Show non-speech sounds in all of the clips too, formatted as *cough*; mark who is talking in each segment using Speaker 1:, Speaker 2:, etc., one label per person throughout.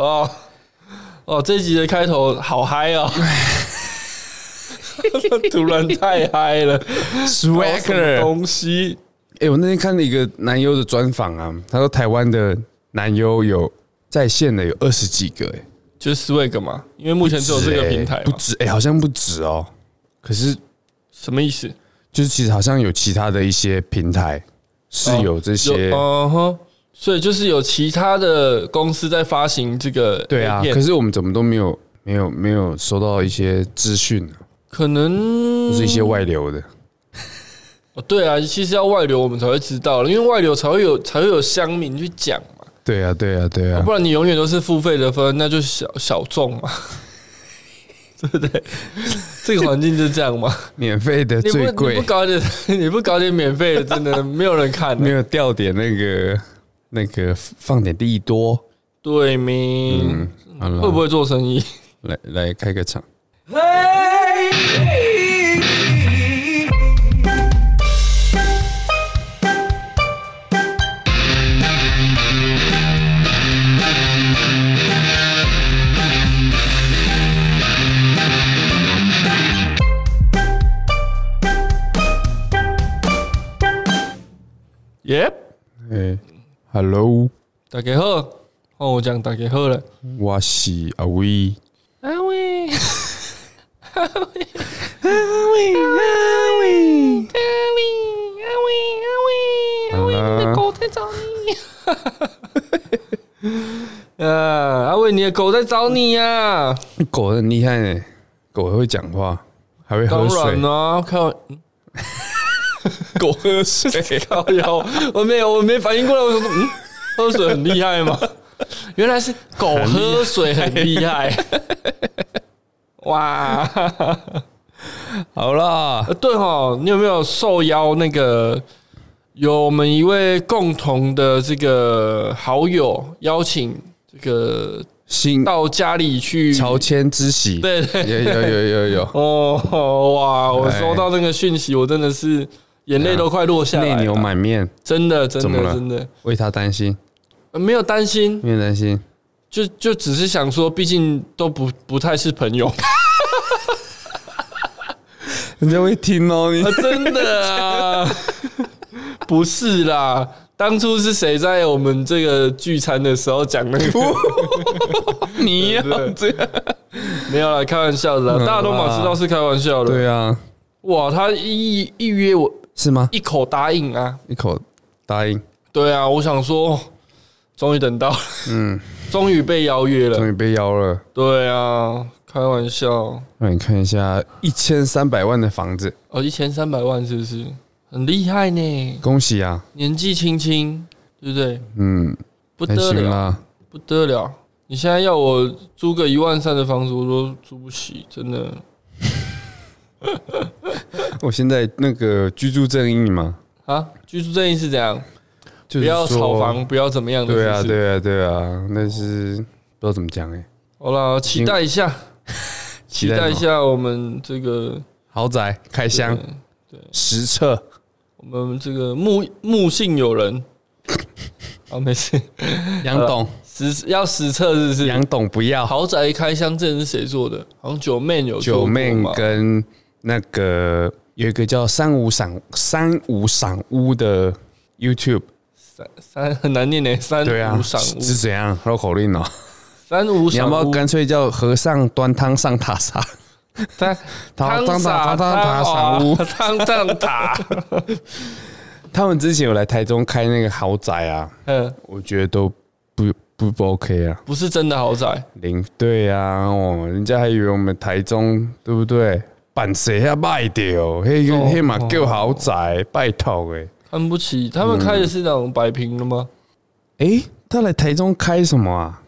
Speaker 1: 哦哦，这一集的开头好嗨哦！ *laughs* 突然太嗨了哦
Speaker 2: Swagger
Speaker 1: 什么东西
Speaker 2: 哎、我那天看了一个男优的专访啊，他说台湾的男优有在线的有二十几个、哎，
Speaker 1: 就是 swag 嘛，因为目前只有这个平台嘛，
Speaker 2: 不止哎、好像不止哦。可是
Speaker 1: 什么意思？
Speaker 2: 就是其实好像有其他的一些平台是有这些，
Speaker 1: 哦有嗯哼，所以就是有其他的公司在发行这个 A 片，
Speaker 2: 对啊。可是我们怎么都没有没有没有收到一些资讯、啊，
Speaker 1: 可能
Speaker 2: 或是一些外流的。
Speaker 1: 哦对啊，其实要外流我们才会知道，因为外流才会有才会有乡民去讲嘛，
Speaker 2: 对啊，对啊，对啊
Speaker 1: 不。然你永远都是付费的分，那就小小众嘛， *laughs* 对不
Speaker 2: *laughs*
Speaker 1: 对？这个环境就这样嘛，
Speaker 2: 免费的
Speaker 1: 你不
Speaker 2: *laughs* 最
Speaker 1: 你
Speaker 2: 贵
Speaker 1: 不，搞点 *laughs* 你不搞点免费的，真的没有人看的、啊
Speaker 2: 没有掉点那个那个放点利多。
Speaker 1: 对咪？
Speaker 2: 嗯，好了，
Speaker 1: 会不会做生意？
Speaker 2: 来来开个场？
Speaker 1: 耶、
Speaker 2: 哎、h e l l o
Speaker 1: 大家好，哦，我讲大家好了。
Speaker 2: 我是阿威。
Speaker 1: 阿伟，
Speaker 2: 阿威，阿威，
Speaker 1: 阿伟，阿
Speaker 2: 好啦，
Speaker 1: 狗在找你。啊，阿伟，你的狗在找你呀、啊！
Speaker 2: 狗很厉害呢、狗会讲话，还会
Speaker 1: 当
Speaker 2: 喝
Speaker 1: 然
Speaker 2: 水。
Speaker 1: 啦、看完
Speaker 2: 狗喝 *laughs* 水，
Speaker 1: 靠腰，我没有，我没反应过来，我说嗯，喝水很厉害吗？原来是狗喝水很厉
Speaker 2: *laughs*
Speaker 1: 害，哇！
Speaker 2: 好啦，
Speaker 1: 呃对哈，你有没有受邀那个有我们一位共同的这个好友邀请这个
Speaker 2: 新
Speaker 1: 到家里去？
Speaker 2: 乔 *laughs* 迁之喜，
Speaker 1: 对对
Speaker 2: 有有有有有，
Speaker 1: 哦
Speaker 2: 哎
Speaker 1: 哇！我收到那个讯息，我真的是眼泪都快落 *laughs* 下来
Speaker 2: 内牛
Speaker 1: 了，
Speaker 2: 满面，
Speaker 1: 真的真
Speaker 2: 怎么
Speaker 1: 的
Speaker 2: 了
Speaker 1: 真的
Speaker 2: 为他担心，
Speaker 1: 呃没有担心，
Speaker 2: 没有担心。
Speaker 1: 就就只是想说，毕竟都不不太是朋
Speaker 2: *laughs*
Speaker 1: 友，啊
Speaker 2: 人家会听哦，你
Speaker 1: 啊真的啊，不是啦。当初是谁在我们这个聚餐的时候讲那
Speaker 2: *laughs*
Speaker 1: 个？
Speaker 2: *laughs* 你要这样，
Speaker 1: 没有啦，开玩笑的啦，
Speaker 2: 嗯
Speaker 1: 大家都嘛知道是开玩笑的。
Speaker 2: 对啊，
Speaker 1: 哇，他一一约我
Speaker 2: 是吗？
Speaker 1: 一口答应啊，
Speaker 2: 一口答应，
Speaker 1: 对啊，我想说，终于等到，
Speaker 2: 嗯，
Speaker 1: 终于被邀约了
Speaker 2: 终。于被邀了。
Speaker 1: 对啊，开玩笑，
Speaker 2: 让你看一下一千三百万的房子，
Speaker 1: 哦，一千三百万是不是很厉害呢？
Speaker 2: 恭喜啊！
Speaker 1: 年纪轻轻，对不对？
Speaker 2: 嗯，
Speaker 1: 不
Speaker 2: 还
Speaker 1: 得
Speaker 2: 行
Speaker 1: 了，
Speaker 2: 啦，
Speaker 1: 不得了！你现在要我租个一万三的房子，我都租不起，真的。
Speaker 2: 我现在那个居住正义嘛，
Speaker 1: 啊，居住正义是怎样？
Speaker 2: 就
Speaker 1: 不
Speaker 2: 是
Speaker 1: 要
Speaker 2: 说
Speaker 1: 炒房，不要怎么样的。
Speaker 2: 对啊，
Speaker 1: 是不是。
Speaker 2: 对啊，对啊，那是不知道怎么讲哎、
Speaker 1: 好啦，期待一下，期
Speaker 2: *laughs* 期待什
Speaker 1: 待
Speaker 2: 么
Speaker 1: 一下我们这个
Speaker 2: 豪宅开箱
Speaker 1: 对
Speaker 2: 实测，
Speaker 1: 我们这个木木姓友
Speaker 2: *laughs*
Speaker 1: 人。啊，没事，
Speaker 2: 杨董，
Speaker 1: 实要实测是不是？
Speaker 2: 呃杨董不要，
Speaker 1: 豪宅开箱这是谁做的？好像九妹有做
Speaker 2: 九
Speaker 1: 过
Speaker 2: 妹
Speaker 1: 嘛
Speaker 2: 跟那个有一个叫三五赏三五赏屋的 YouTube，
Speaker 1: 三三很难念呢，三
Speaker 2: 对啊
Speaker 1: 五，赏屋，
Speaker 2: 是怎样绕口令哦？
Speaker 1: 三五
Speaker 2: 你
Speaker 1: 赏
Speaker 2: 要不要
Speaker 1: 屋，
Speaker 2: 干脆叫和尚端汤上塔沙？
Speaker 1: 三
Speaker 2: 塔
Speaker 1: *laughs* 汤洒
Speaker 2: 塔塔
Speaker 1: 汤
Speaker 2: 赏屋
Speaker 1: 屋，汤上塔， *laughs*
Speaker 2: 他们之前有来台中开那个豪宅啊，
Speaker 1: 嗯，
Speaker 2: 我觉得都不不不 OK 啊，
Speaker 1: 不是真的豪宅，
Speaker 2: 零对啊，哦，人家还以为我们台中对不对？办谁要卖掉？黑
Speaker 1: 哦
Speaker 2: 黑马叫豪宅，拜托哎
Speaker 1: 看不起他们开的是那种百平的吗？
Speaker 2: 哎，他来台中开什么啊？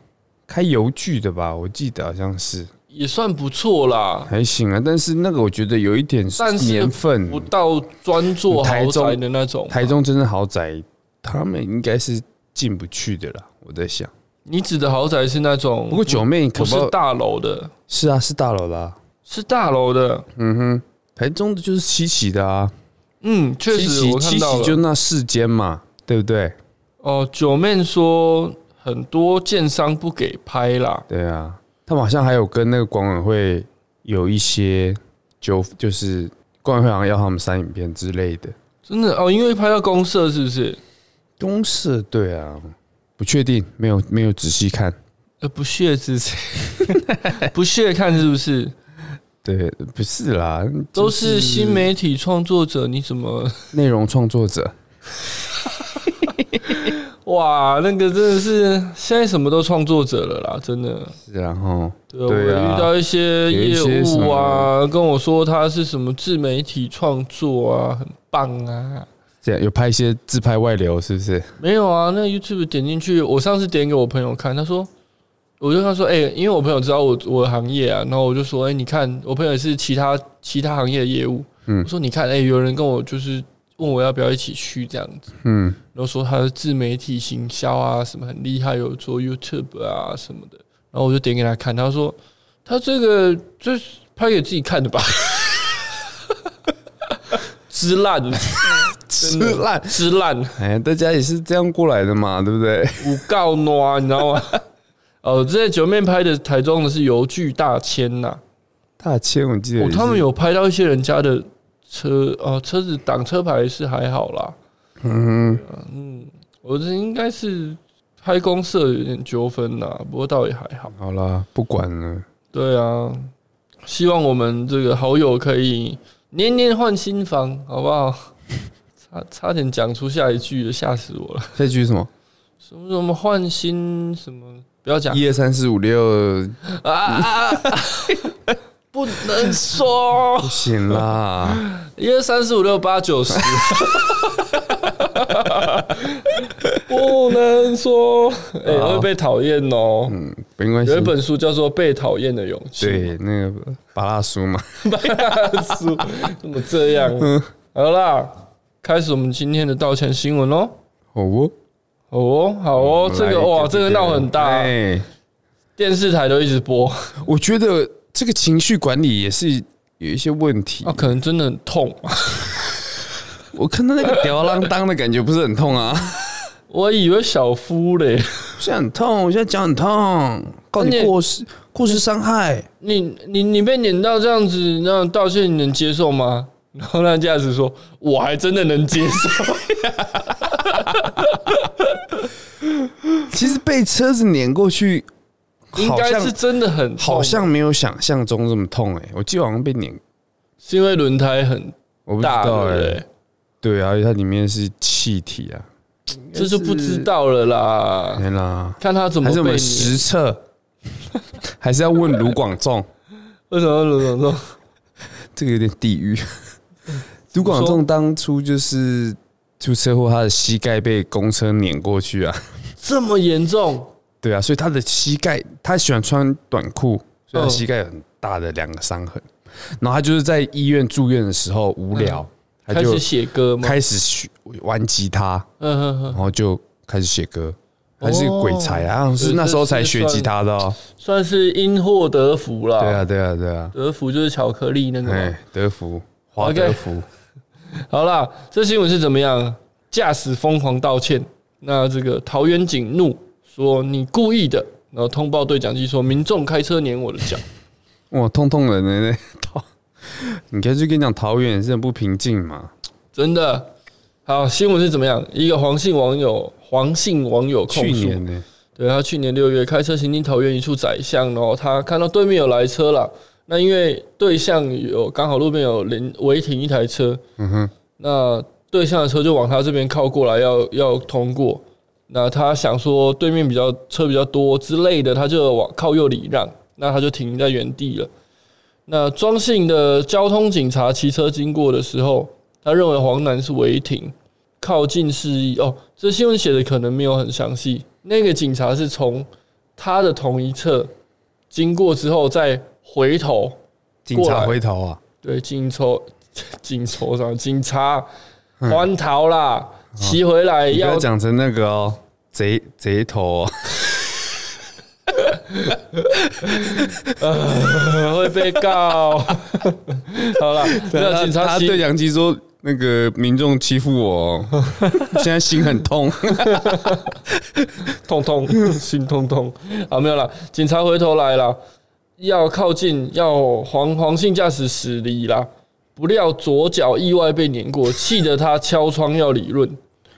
Speaker 2: 开邮局的吧，我记得好像是
Speaker 1: 也算不错啦，
Speaker 2: 还行啊，但是那个我觉得有一点
Speaker 1: 但是
Speaker 2: 年份，
Speaker 1: 不到专做豪宅的那种。
Speaker 2: 嗯台中真正豪宅他们应该是进不去的啦，我在想。
Speaker 1: 你指的豪宅是那种，
Speaker 2: 不过九妹可
Speaker 1: 不
Speaker 2: 不
Speaker 1: 是大楼的，
Speaker 2: 是啊，是大楼啦、
Speaker 1: 是大楼的。
Speaker 2: 嗯哼，台中的就是七期的啊，
Speaker 1: 嗯，确
Speaker 2: 七
Speaker 1: 实
Speaker 2: 期
Speaker 1: 我
Speaker 2: 七
Speaker 1: 看到
Speaker 2: 期就
Speaker 1: 了。
Speaker 2: 那四间嘛，对不对？
Speaker 1: 哦，九妹说很多建商不给拍啦，
Speaker 2: 对啊，他们好像还有跟那个管委会有一些纠，就是管委会好像要他们删影片之类的。
Speaker 1: 真的哦，因为拍到公社是不是？
Speaker 2: 公社对啊，不确定，没有没有仔细看。
Speaker 1: 呃，不屑是 *laughs* 谁？不屑看是不是？
Speaker 2: 对，不是啦，
Speaker 1: 都是新媒体创作者，你怎么？
Speaker 2: 内容创作者。
Speaker 1: 哇，那个真的是现在什么都创作者了啦，真的。
Speaker 2: 然后
Speaker 1: 对，我
Speaker 2: 对啊
Speaker 1: 遇到一些业
Speaker 2: 有一些什
Speaker 1: 务啊，
Speaker 2: 么
Speaker 1: 跟我说他是什么自媒体创作啊，很棒啊。
Speaker 2: 这样有拍一些自拍外流，是不是？
Speaker 1: 没有啊，那 YouTube 点进去，我上次点给我朋友看，他说，我就跟他说，哎、因为我朋友知道我我的行业啊，然后我就说，哎、你看，我朋友也是其他其他行业的业务，
Speaker 2: 嗯
Speaker 1: 我说你看，哎、有人跟我就是问我要不要一起去这样子，
Speaker 2: 嗯，
Speaker 1: 然后说他的自媒体行销啊，什么很厉害，有做 YouTube 啊什么的，然后我就点给他看，他说他这个就是拍给自己看的吧， *laughs* 之烂
Speaker 2: 吃
Speaker 1: 真的
Speaker 2: *laughs* 烂。
Speaker 1: 之烂。
Speaker 2: 哎，大家也是这样过来的嘛，对不对？
Speaker 1: 五告暖，你知道吗？ *laughs* 哦，之前九面拍的台中的是邮具大千呐、
Speaker 2: 大千，我记得
Speaker 1: 哦
Speaker 2: 也，是
Speaker 1: 他们有拍到一些人家的车，哦，车子挡车牌是还好啦。
Speaker 2: 嗯，
Speaker 1: 嗯，我这应该是拍公社有点纠纷呐，不过倒也还好。
Speaker 2: 好啦，不管了，
Speaker 1: 对啊，希望我们这个好友可以年年换新房，好不好？差差点讲出下一句了，吓死我了！
Speaker 2: 下一句是什么？
Speaker 1: 什么什么换新什么，不要讲
Speaker 2: 一二三四五六，
Speaker 1: 啊，不能说
Speaker 2: 不行啦，
Speaker 1: 一二三四五六八九
Speaker 2: *laughs*
Speaker 1: 十，不能说，哎、
Speaker 2: 好
Speaker 1: 会被讨厌哦。
Speaker 2: 嗯，没关系
Speaker 1: 有一。本书叫做《被讨厌的勇气》，
Speaker 2: 对，那个巴拉书嘛，
Speaker 1: 书怎么这样？好啦，开始我们今天的道歉新闻喽。
Speaker 2: 好 *laughs* 哦，
Speaker 1: 好哦，好哦，
Speaker 2: 嗯
Speaker 1: 这个哇，这个闹很大，
Speaker 2: 哎，
Speaker 1: 电视台都一直播，啊
Speaker 2: 我觉得这个情绪管理也是有一些问题
Speaker 1: 啊，。可能真的很痛。
Speaker 2: 我看到那个吊儿郎当的感觉不是很痛 *laughs* 啊，
Speaker 1: 我以为小夫嘞，
Speaker 2: 现在很痛，我现在脚很痛，告
Speaker 1: 那
Speaker 2: 你
Speaker 1: 你
Speaker 2: 过失过失伤害。
Speaker 1: 你你你被撵到这样子，那道歉你能接受吗？ *laughs* 然后那驾驶说：“我还真的能接受。
Speaker 2: *laughs* 其实被车子碾过去，”
Speaker 1: 应
Speaker 2: 好
Speaker 1: 该
Speaker 2: 像
Speaker 1: 是真的很痛
Speaker 2: 好像没有想象中这么痛哎、我记得好像被碾，
Speaker 1: 是因为轮胎很
Speaker 2: 我不知
Speaker 1: 大，对
Speaker 2: 道
Speaker 1: 不
Speaker 2: 哎、
Speaker 1: 对？
Speaker 2: 对啊，而且它里面是气体啊，
Speaker 1: 这就不知道了啦。
Speaker 2: 没啦，
Speaker 1: 看他怎么
Speaker 2: 还是我
Speaker 1: 被
Speaker 2: 们
Speaker 1: 你
Speaker 2: 实测， *laughs* 还是要问卢广
Speaker 1: *laughs*
Speaker 2: 仲，
Speaker 1: 为什么轮总说
Speaker 2: 这个有点地狱。
Speaker 1: 嗯
Speaker 2: 卢广仲当初就是出车祸，他的膝盖被公车碾过去啊，
Speaker 1: 这么严重？
Speaker 2: 对啊，所以他的膝盖，他喜欢穿短裤，所以
Speaker 1: 嗯
Speaker 2: 他膝盖有很大的两个伤痕。然后他就是在医院住院的时候无聊，
Speaker 1: 嗯
Speaker 2: 他
Speaker 1: 开
Speaker 2: 就
Speaker 1: 始写歌吗？
Speaker 2: 开始学玩吉他，
Speaker 1: 嗯哼哼，
Speaker 2: 然后就开始写歌，还是个鬼才啊，好像是
Speaker 1: 对
Speaker 2: 那时候才
Speaker 1: 这是
Speaker 2: 学吉他的哦。
Speaker 1: 算是因祸得福啦。
Speaker 2: 对啊，，对啊，对啊，
Speaker 1: 得福就是巧克力那个嘛。
Speaker 2: 哎，德福，华
Speaker 1: OK
Speaker 2: 德福，
Speaker 1: 好啦，这新闻是怎么样？驾驶疯狂道歉，那这个桃园警怒说你故意的，然后通报对讲机说民众开车碾我的脚。
Speaker 2: 哇，痛痛人呢，那桃， *laughs* 你看就跟你讲桃园也是很不平静嘛，
Speaker 1: 真的。好，新闻是怎么样？一个黄姓网友，黄姓网友控
Speaker 2: 去
Speaker 1: 诉，
Speaker 2: 年呢，
Speaker 1: 对他去年六月开车行经桃园一处窄巷，然后他看到对面有来车了，那因为对向有刚好路边有临违停一台车，
Speaker 2: 嗯哼，
Speaker 1: 那对向的车就往他这边靠过来要，要通过。那他想说对面比较车比较多之类的，他就往靠右礼让，那他就停在原地了。那庄姓的交通警察骑车经过的时候，他认为黄楠是违停，靠近示意。哦，这新闻写的可能没有很详细。那个警察是从他的同一侧经过之后再回头，
Speaker 2: 警
Speaker 1: 过
Speaker 2: 察
Speaker 1: 来
Speaker 2: 回头啊，
Speaker 1: 对，警车、 *laughs* 警车上警察还逃啦，骑回来
Speaker 2: 嗯你不要
Speaker 1: 要
Speaker 2: 讲成那个哦，贼贼头哦，
Speaker 1: *laughs* 会被告。好啦，没有警
Speaker 2: 他
Speaker 1: 察
Speaker 2: *laughs* 他对
Speaker 1: 骑
Speaker 2: 讲机说那个民众欺负我、
Speaker 1: *laughs*
Speaker 2: 哦，现在心很痛。
Speaker 1: 痛痛， *laughs* 心痛痛啊，没有啦，警察回头来了，要靠近，要黄黄性驾驶驶离啦，不料左脚意外被碾过，气得他敲窗要理论。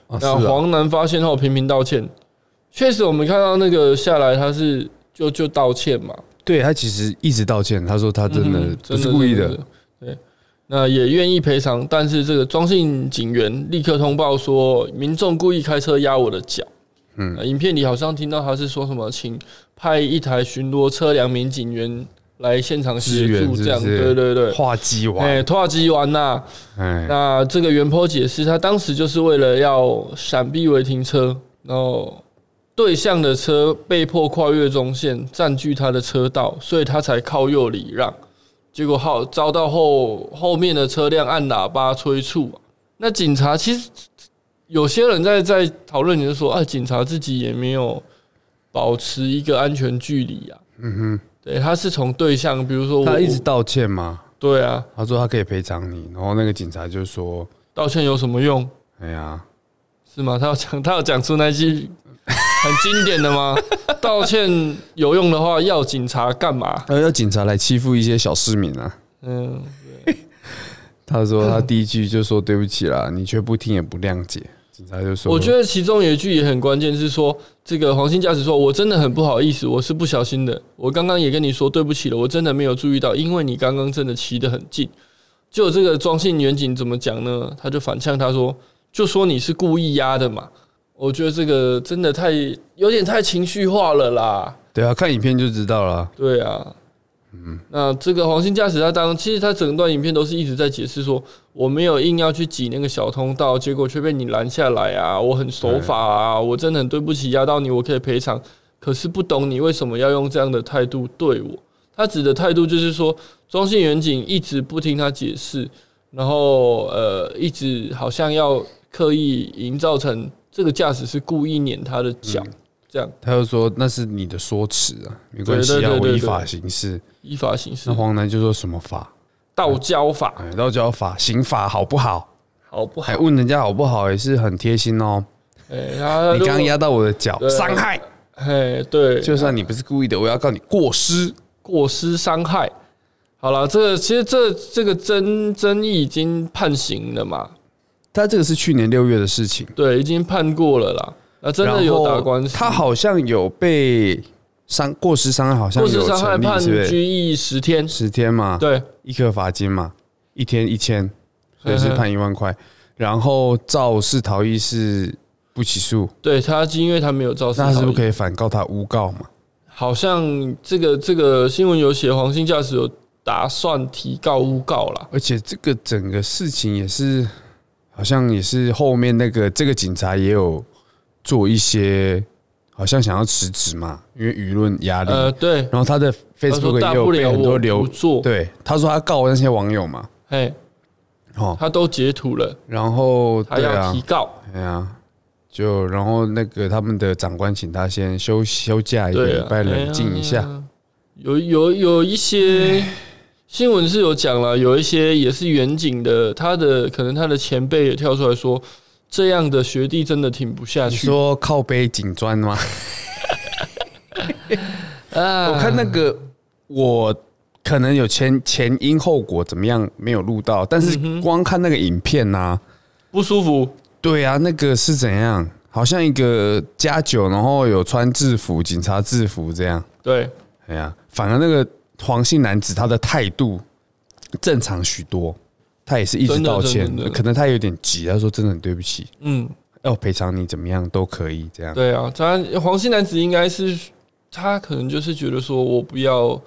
Speaker 2: 啊是
Speaker 1: 那
Speaker 2: 啊，
Speaker 1: 黄楠发现后频频道歉，确实我们看到那个下来他是就就道歉嘛，
Speaker 2: 对他其实一直道歉，他说他真的
Speaker 1: 嗯
Speaker 2: 不是故意的，
Speaker 1: 真。对，那也愿意赔偿，但是这个庄姓警员立刻通报说，民众故意开车压我的脚。嗯、影片里好像听到他是说什么，请派一台巡逻车两名警员来现场
Speaker 2: 支
Speaker 1: 协
Speaker 2: 援
Speaker 1: 助，
Speaker 2: 是
Speaker 1: 这样
Speaker 2: 不是
Speaker 1: 对对对。
Speaker 2: 画鸡娃，
Speaker 1: 哎，土耳其完呐、
Speaker 2: 哎，
Speaker 1: 那这个袁坡解释，他当时就是为了要闪避违停车，然后对向的车被迫跨越中线，占据他的车道，所以他才靠右礼让，结果后遭到后后面的车辆按喇叭催促。啊那警察其实有些人在在讨论，你就说啊，警察自己也没有保持一个安全距离啊。嗯哼，对，他是从对向，比如说我
Speaker 2: 他一直道歉嘛，
Speaker 1: 对啊，
Speaker 2: 他说他可以赔偿你，然后那个警察就说，
Speaker 1: 道歉有什么用？
Speaker 2: 哎呀，
Speaker 1: 是吗？他要讲， *laughs* 他要讲出那句很经典的吗？ *laughs* 道歉有用的话，要警察干嘛？
Speaker 2: 呃他要警察来欺负一些小市民啊。
Speaker 1: 嗯，
Speaker 2: 他说他第一句就说对不起啦，你却不听也不谅解。警察就说，
Speaker 1: 我觉得其中有一句也很关键，是说这个黄兴驾驶说：“我真的很不好意思，我是不小心的，我刚刚也跟你说对不起了，我真的没有注意到，因为你刚刚真的骑得很近。”就这个庄姓远景怎么讲呢？他就反呛他说：“就说你是故意压的嘛。”我觉得这个真的太有点太情绪化了啦。
Speaker 2: 对啊，看影片就知道了。
Speaker 1: 对啊，嗯，那这个黄兴驾驶他当，其实他整段影片都是一直在解释说，我没有硬要去挤那个小通道，结果却被你拦下来啊，我很守法啊，我真的很对不起，压到你，我可以赔偿，可是不懂你为什么要用这样的态度对我。他指的态度就是说，中信远景一直不听他解释，然后呃，一直好像要刻意营造成这个驾驶是故意碾他的脚，这样
Speaker 2: 他就说那是你的说辞啊，没关系
Speaker 1: 对对
Speaker 2: 啊，
Speaker 1: 对
Speaker 2: 我
Speaker 1: 对
Speaker 2: 依法行事。
Speaker 1: 依法行事
Speaker 2: 那，黄楠就说什么法？
Speaker 1: 道交法
Speaker 2: 哎，道教法刑法好不好？
Speaker 1: 好不好
Speaker 2: 还？问人家好不好，也是很贴心哦。
Speaker 1: 哎，他
Speaker 2: 你
Speaker 1: 如果
Speaker 2: 刚刚，压到我的脚，
Speaker 1: 对
Speaker 2: 伤害，
Speaker 1: 哎，对，
Speaker 2: 就算你不是故意的，我要告你过失。
Speaker 1: 过失伤害。好了，这个其实这这个争争议已经判刑了嘛？
Speaker 2: 他这个是去年六月的事情，
Speaker 1: 对，已经判过了啦。啊，真的
Speaker 2: 然
Speaker 1: 有
Speaker 2: 后
Speaker 1: 打官司，
Speaker 2: 他好像有被伤过失伤害，好像
Speaker 1: 过失
Speaker 2: 有
Speaker 1: 伤害
Speaker 2: 成
Speaker 1: 判
Speaker 2: 立，是不是？
Speaker 1: 拘役十天。
Speaker 2: 十天嘛，
Speaker 1: 对，
Speaker 2: 一颗罚金嘛，一天一千，所以
Speaker 1: 嗯
Speaker 2: 是
Speaker 1: 哼
Speaker 2: 判一万块。然后肇事逃逸是不起诉，
Speaker 1: 对他因为他没有肇事，
Speaker 2: 那他是不是可
Speaker 1: 以？
Speaker 2: 以反告他诬告嘛？
Speaker 1: 好像这个这个新闻有写，黄姓驾驶有打算提告诬告啦。
Speaker 2: 而且这个整个事情也是，好像也是后面那个这个警察也有做一些，好像想要辞职嘛，因为舆论压力。
Speaker 1: 呃，对，
Speaker 2: 然后他的
Speaker 1: 他说
Speaker 2: Facebook
Speaker 1: 大
Speaker 2: 也
Speaker 1: 不
Speaker 2: 有被
Speaker 1: 了
Speaker 2: 很多
Speaker 1: 我
Speaker 2: 留
Speaker 1: 不，做，
Speaker 2: 对，他说他告那些网友嘛，
Speaker 1: 哎，
Speaker 2: 哦，
Speaker 1: 他都截图了，
Speaker 2: 然后
Speaker 1: 他
Speaker 2: 对
Speaker 1: 要
Speaker 2: 啊
Speaker 1: 提，告。
Speaker 2: 哎呀，就然后那个他们的长官请他先休休假一个
Speaker 1: 对啊，
Speaker 2: 礼拜，冷静一
Speaker 1: 哎
Speaker 2: 下。
Speaker 1: 呀有有有一些新闻是有讲了，有一些也是远景的，他的可能他的前辈也跳出来说，这样的学弟真的挺不下
Speaker 2: 你
Speaker 1: 去。
Speaker 2: 说靠背紧砖吗？
Speaker 1: 啊
Speaker 2: 我看那个我可能有前前因后果怎么样没有录到，但
Speaker 1: 嗯
Speaker 2: 是光看那个影片呐、啊，
Speaker 1: 不舒服，
Speaker 2: 对啊，那个是怎样？好像一个加酒，然后有穿制服，警察制服这样。
Speaker 1: 对，
Speaker 2: 哎呀，反而那个黄姓男子他的态度正常许多，他也是一直
Speaker 1: 真的
Speaker 2: 道歉
Speaker 1: 真的真，的
Speaker 2: 可能他有点急，他说真的很对不起，
Speaker 1: 嗯，
Speaker 2: 要赔偿你怎么样都可以这样。
Speaker 1: 对啊，他黄姓男子应该是他可能就是觉得说我不要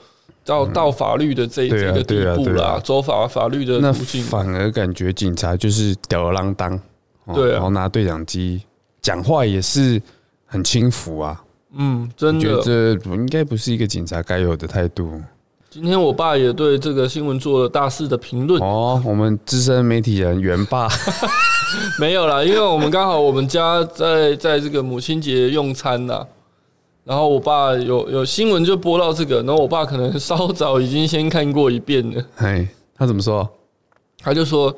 Speaker 1: 到到法律的这
Speaker 2: 对
Speaker 1: 这
Speaker 2: 啊
Speaker 1: 个地
Speaker 2: 嗯对啊
Speaker 1: 步
Speaker 2: 对
Speaker 1: 啦
Speaker 2: 啊，
Speaker 1: 走法法律的
Speaker 2: 那
Speaker 1: 途径，
Speaker 2: 反而感觉警察就是吊儿郎当，哦
Speaker 1: 对啊
Speaker 2: 然后拿对讲机讲话也是很轻浮啊，
Speaker 1: 嗯，真
Speaker 2: 我觉
Speaker 1: 的
Speaker 2: 得，这不应该不是一个警察该有的态度
Speaker 1: 今天我爸也对这个新闻做了大肆的评论。
Speaker 2: 哦。我们资深媒体人袁 *laughs* 爸，
Speaker 1: *laughs* 没有啦，因为我们刚好我们家在在这个母亲节用餐呐、然后我爸有有新闻就播到这个，然后我爸可能
Speaker 2: 哎
Speaker 1: 稍早已经先看过一遍了，
Speaker 2: 嘿，他怎么说？
Speaker 1: 他就说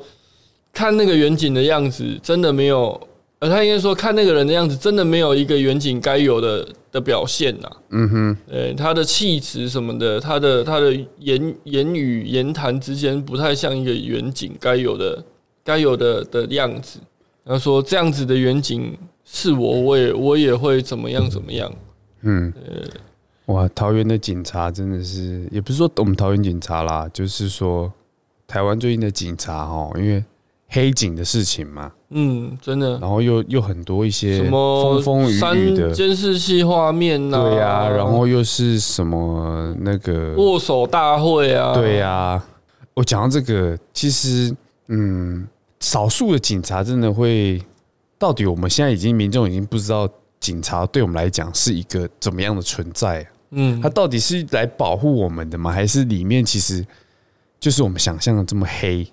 Speaker 1: 看那个远景的样子，真的没有，呃，他应该说看那个人的样子，真的没有一个远景该有的的表现呐、
Speaker 2: 嗯哼，
Speaker 1: 呃，他的气质什么的，他的他的言言语言谈之间不太像一个远景该有的该有的的样子。他说这样子的远景是我，我也我也会怎么样怎么样。
Speaker 2: 嗯，哇，桃园的警察真的是，也不是说我们桃园警察啦，就是说台湾最近的警察哦，因为黑警的事情嘛，
Speaker 1: 嗯，真的。
Speaker 2: 然后又又很多一些
Speaker 1: 什么
Speaker 2: 风风雨雨
Speaker 1: 三啊
Speaker 2: 的，
Speaker 1: 监视器画面呐、
Speaker 2: 对呀、啊然后又是什么那个
Speaker 1: 握手大会啊，
Speaker 2: 对呀、我讲到这个，其实嗯，少数的警察真的会，到底我们现在已经民众已经不知道警察对我们来讲是一个怎么样的存在、啊
Speaker 1: 嗯
Speaker 2: 他，到底是来保护我们的吗？还是里面其实就是我们想象的这么黑？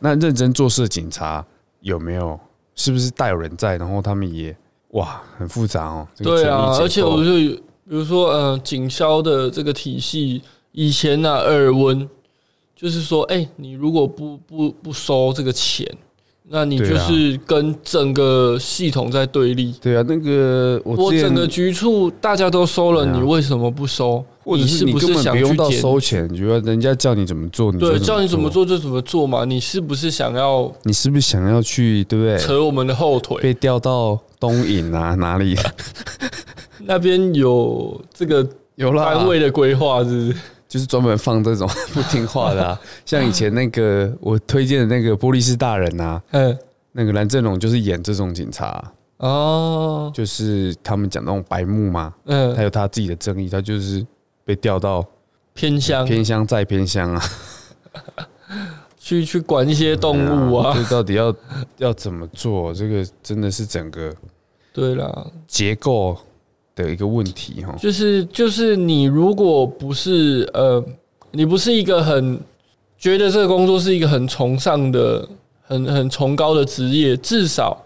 Speaker 2: 那认真做事的警察有没有？是不是大有人在？然后他们也哇，很复杂哦。这个
Speaker 1: 对
Speaker 2: 权力
Speaker 1: 啊
Speaker 2: 结，构
Speaker 1: 而且我就有比如说，呃，警消的这个体系，以前呢、耳温就是说，哎、你如果不不不收这个钱，那你
Speaker 2: 对
Speaker 1: 就
Speaker 2: 啊
Speaker 1: 是跟整个系统在对立。
Speaker 2: 对啊，那个我
Speaker 1: 我
Speaker 2: 之
Speaker 1: 整个
Speaker 2: 前
Speaker 1: 局处大家都收了，
Speaker 2: 对啊
Speaker 1: 你为什么不收？
Speaker 2: 或者
Speaker 1: 你
Speaker 2: 是
Speaker 1: 是
Speaker 2: 你
Speaker 1: 不
Speaker 2: 根
Speaker 1: 是
Speaker 2: 本
Speaker 1: 想
Speaker 2: 不用
Speaker 1: 去
Speaker 2: 到
Speaker 1: 检？
Speaker 2: 收钱，你就要人家叫你怎么做，你就
Speaker 1: 对，叫你怎么
Speaker 2: 做，
Speaker 1: 做就怎么做嘛。你是不是想要
Speaker 2: 你是不是想要去对不对？
Speaker 1: 扯我们的后腿？
Speaker 2: 被调到东引啊哪里？ *laughs*
Speaker 1: 那边有这个
Speaker 2: 有啦，
Speaker 1: 单位的规划，是不是？
Speaker 2: 就是专门放这种 *laughs* 不听话的、啊，像以前那个我推荐的那个波利斯大人啊，
Speaker 1: *laughs* 嗯，
Speaker 2: 那个蓝正龙就是演这种警察、啊
Speaker 1: 哦，
Speaker 2: 就是他们讲那种白目嘛，他
Speaker 1: 嗯，
Speaker 2: 有他自己的正义，他就是被调到
Speaker 1: 偏乡
Speaker 2: 偏乡再偏乡啊，
Speaker 1: 去去管一些动物
Speaker 2: 对
Speaker 1: 啊，
Speaker 2: 这到底要要怎么做？这个真的是整个啊
Speaker 1: 对啦，
Speaker 2: 结构的一个问题哈。
Speaker 1: 就是就是你如果不是呃，你不是一个很觉得这个工作是一个很崇尚的、很很崇高的职业，至少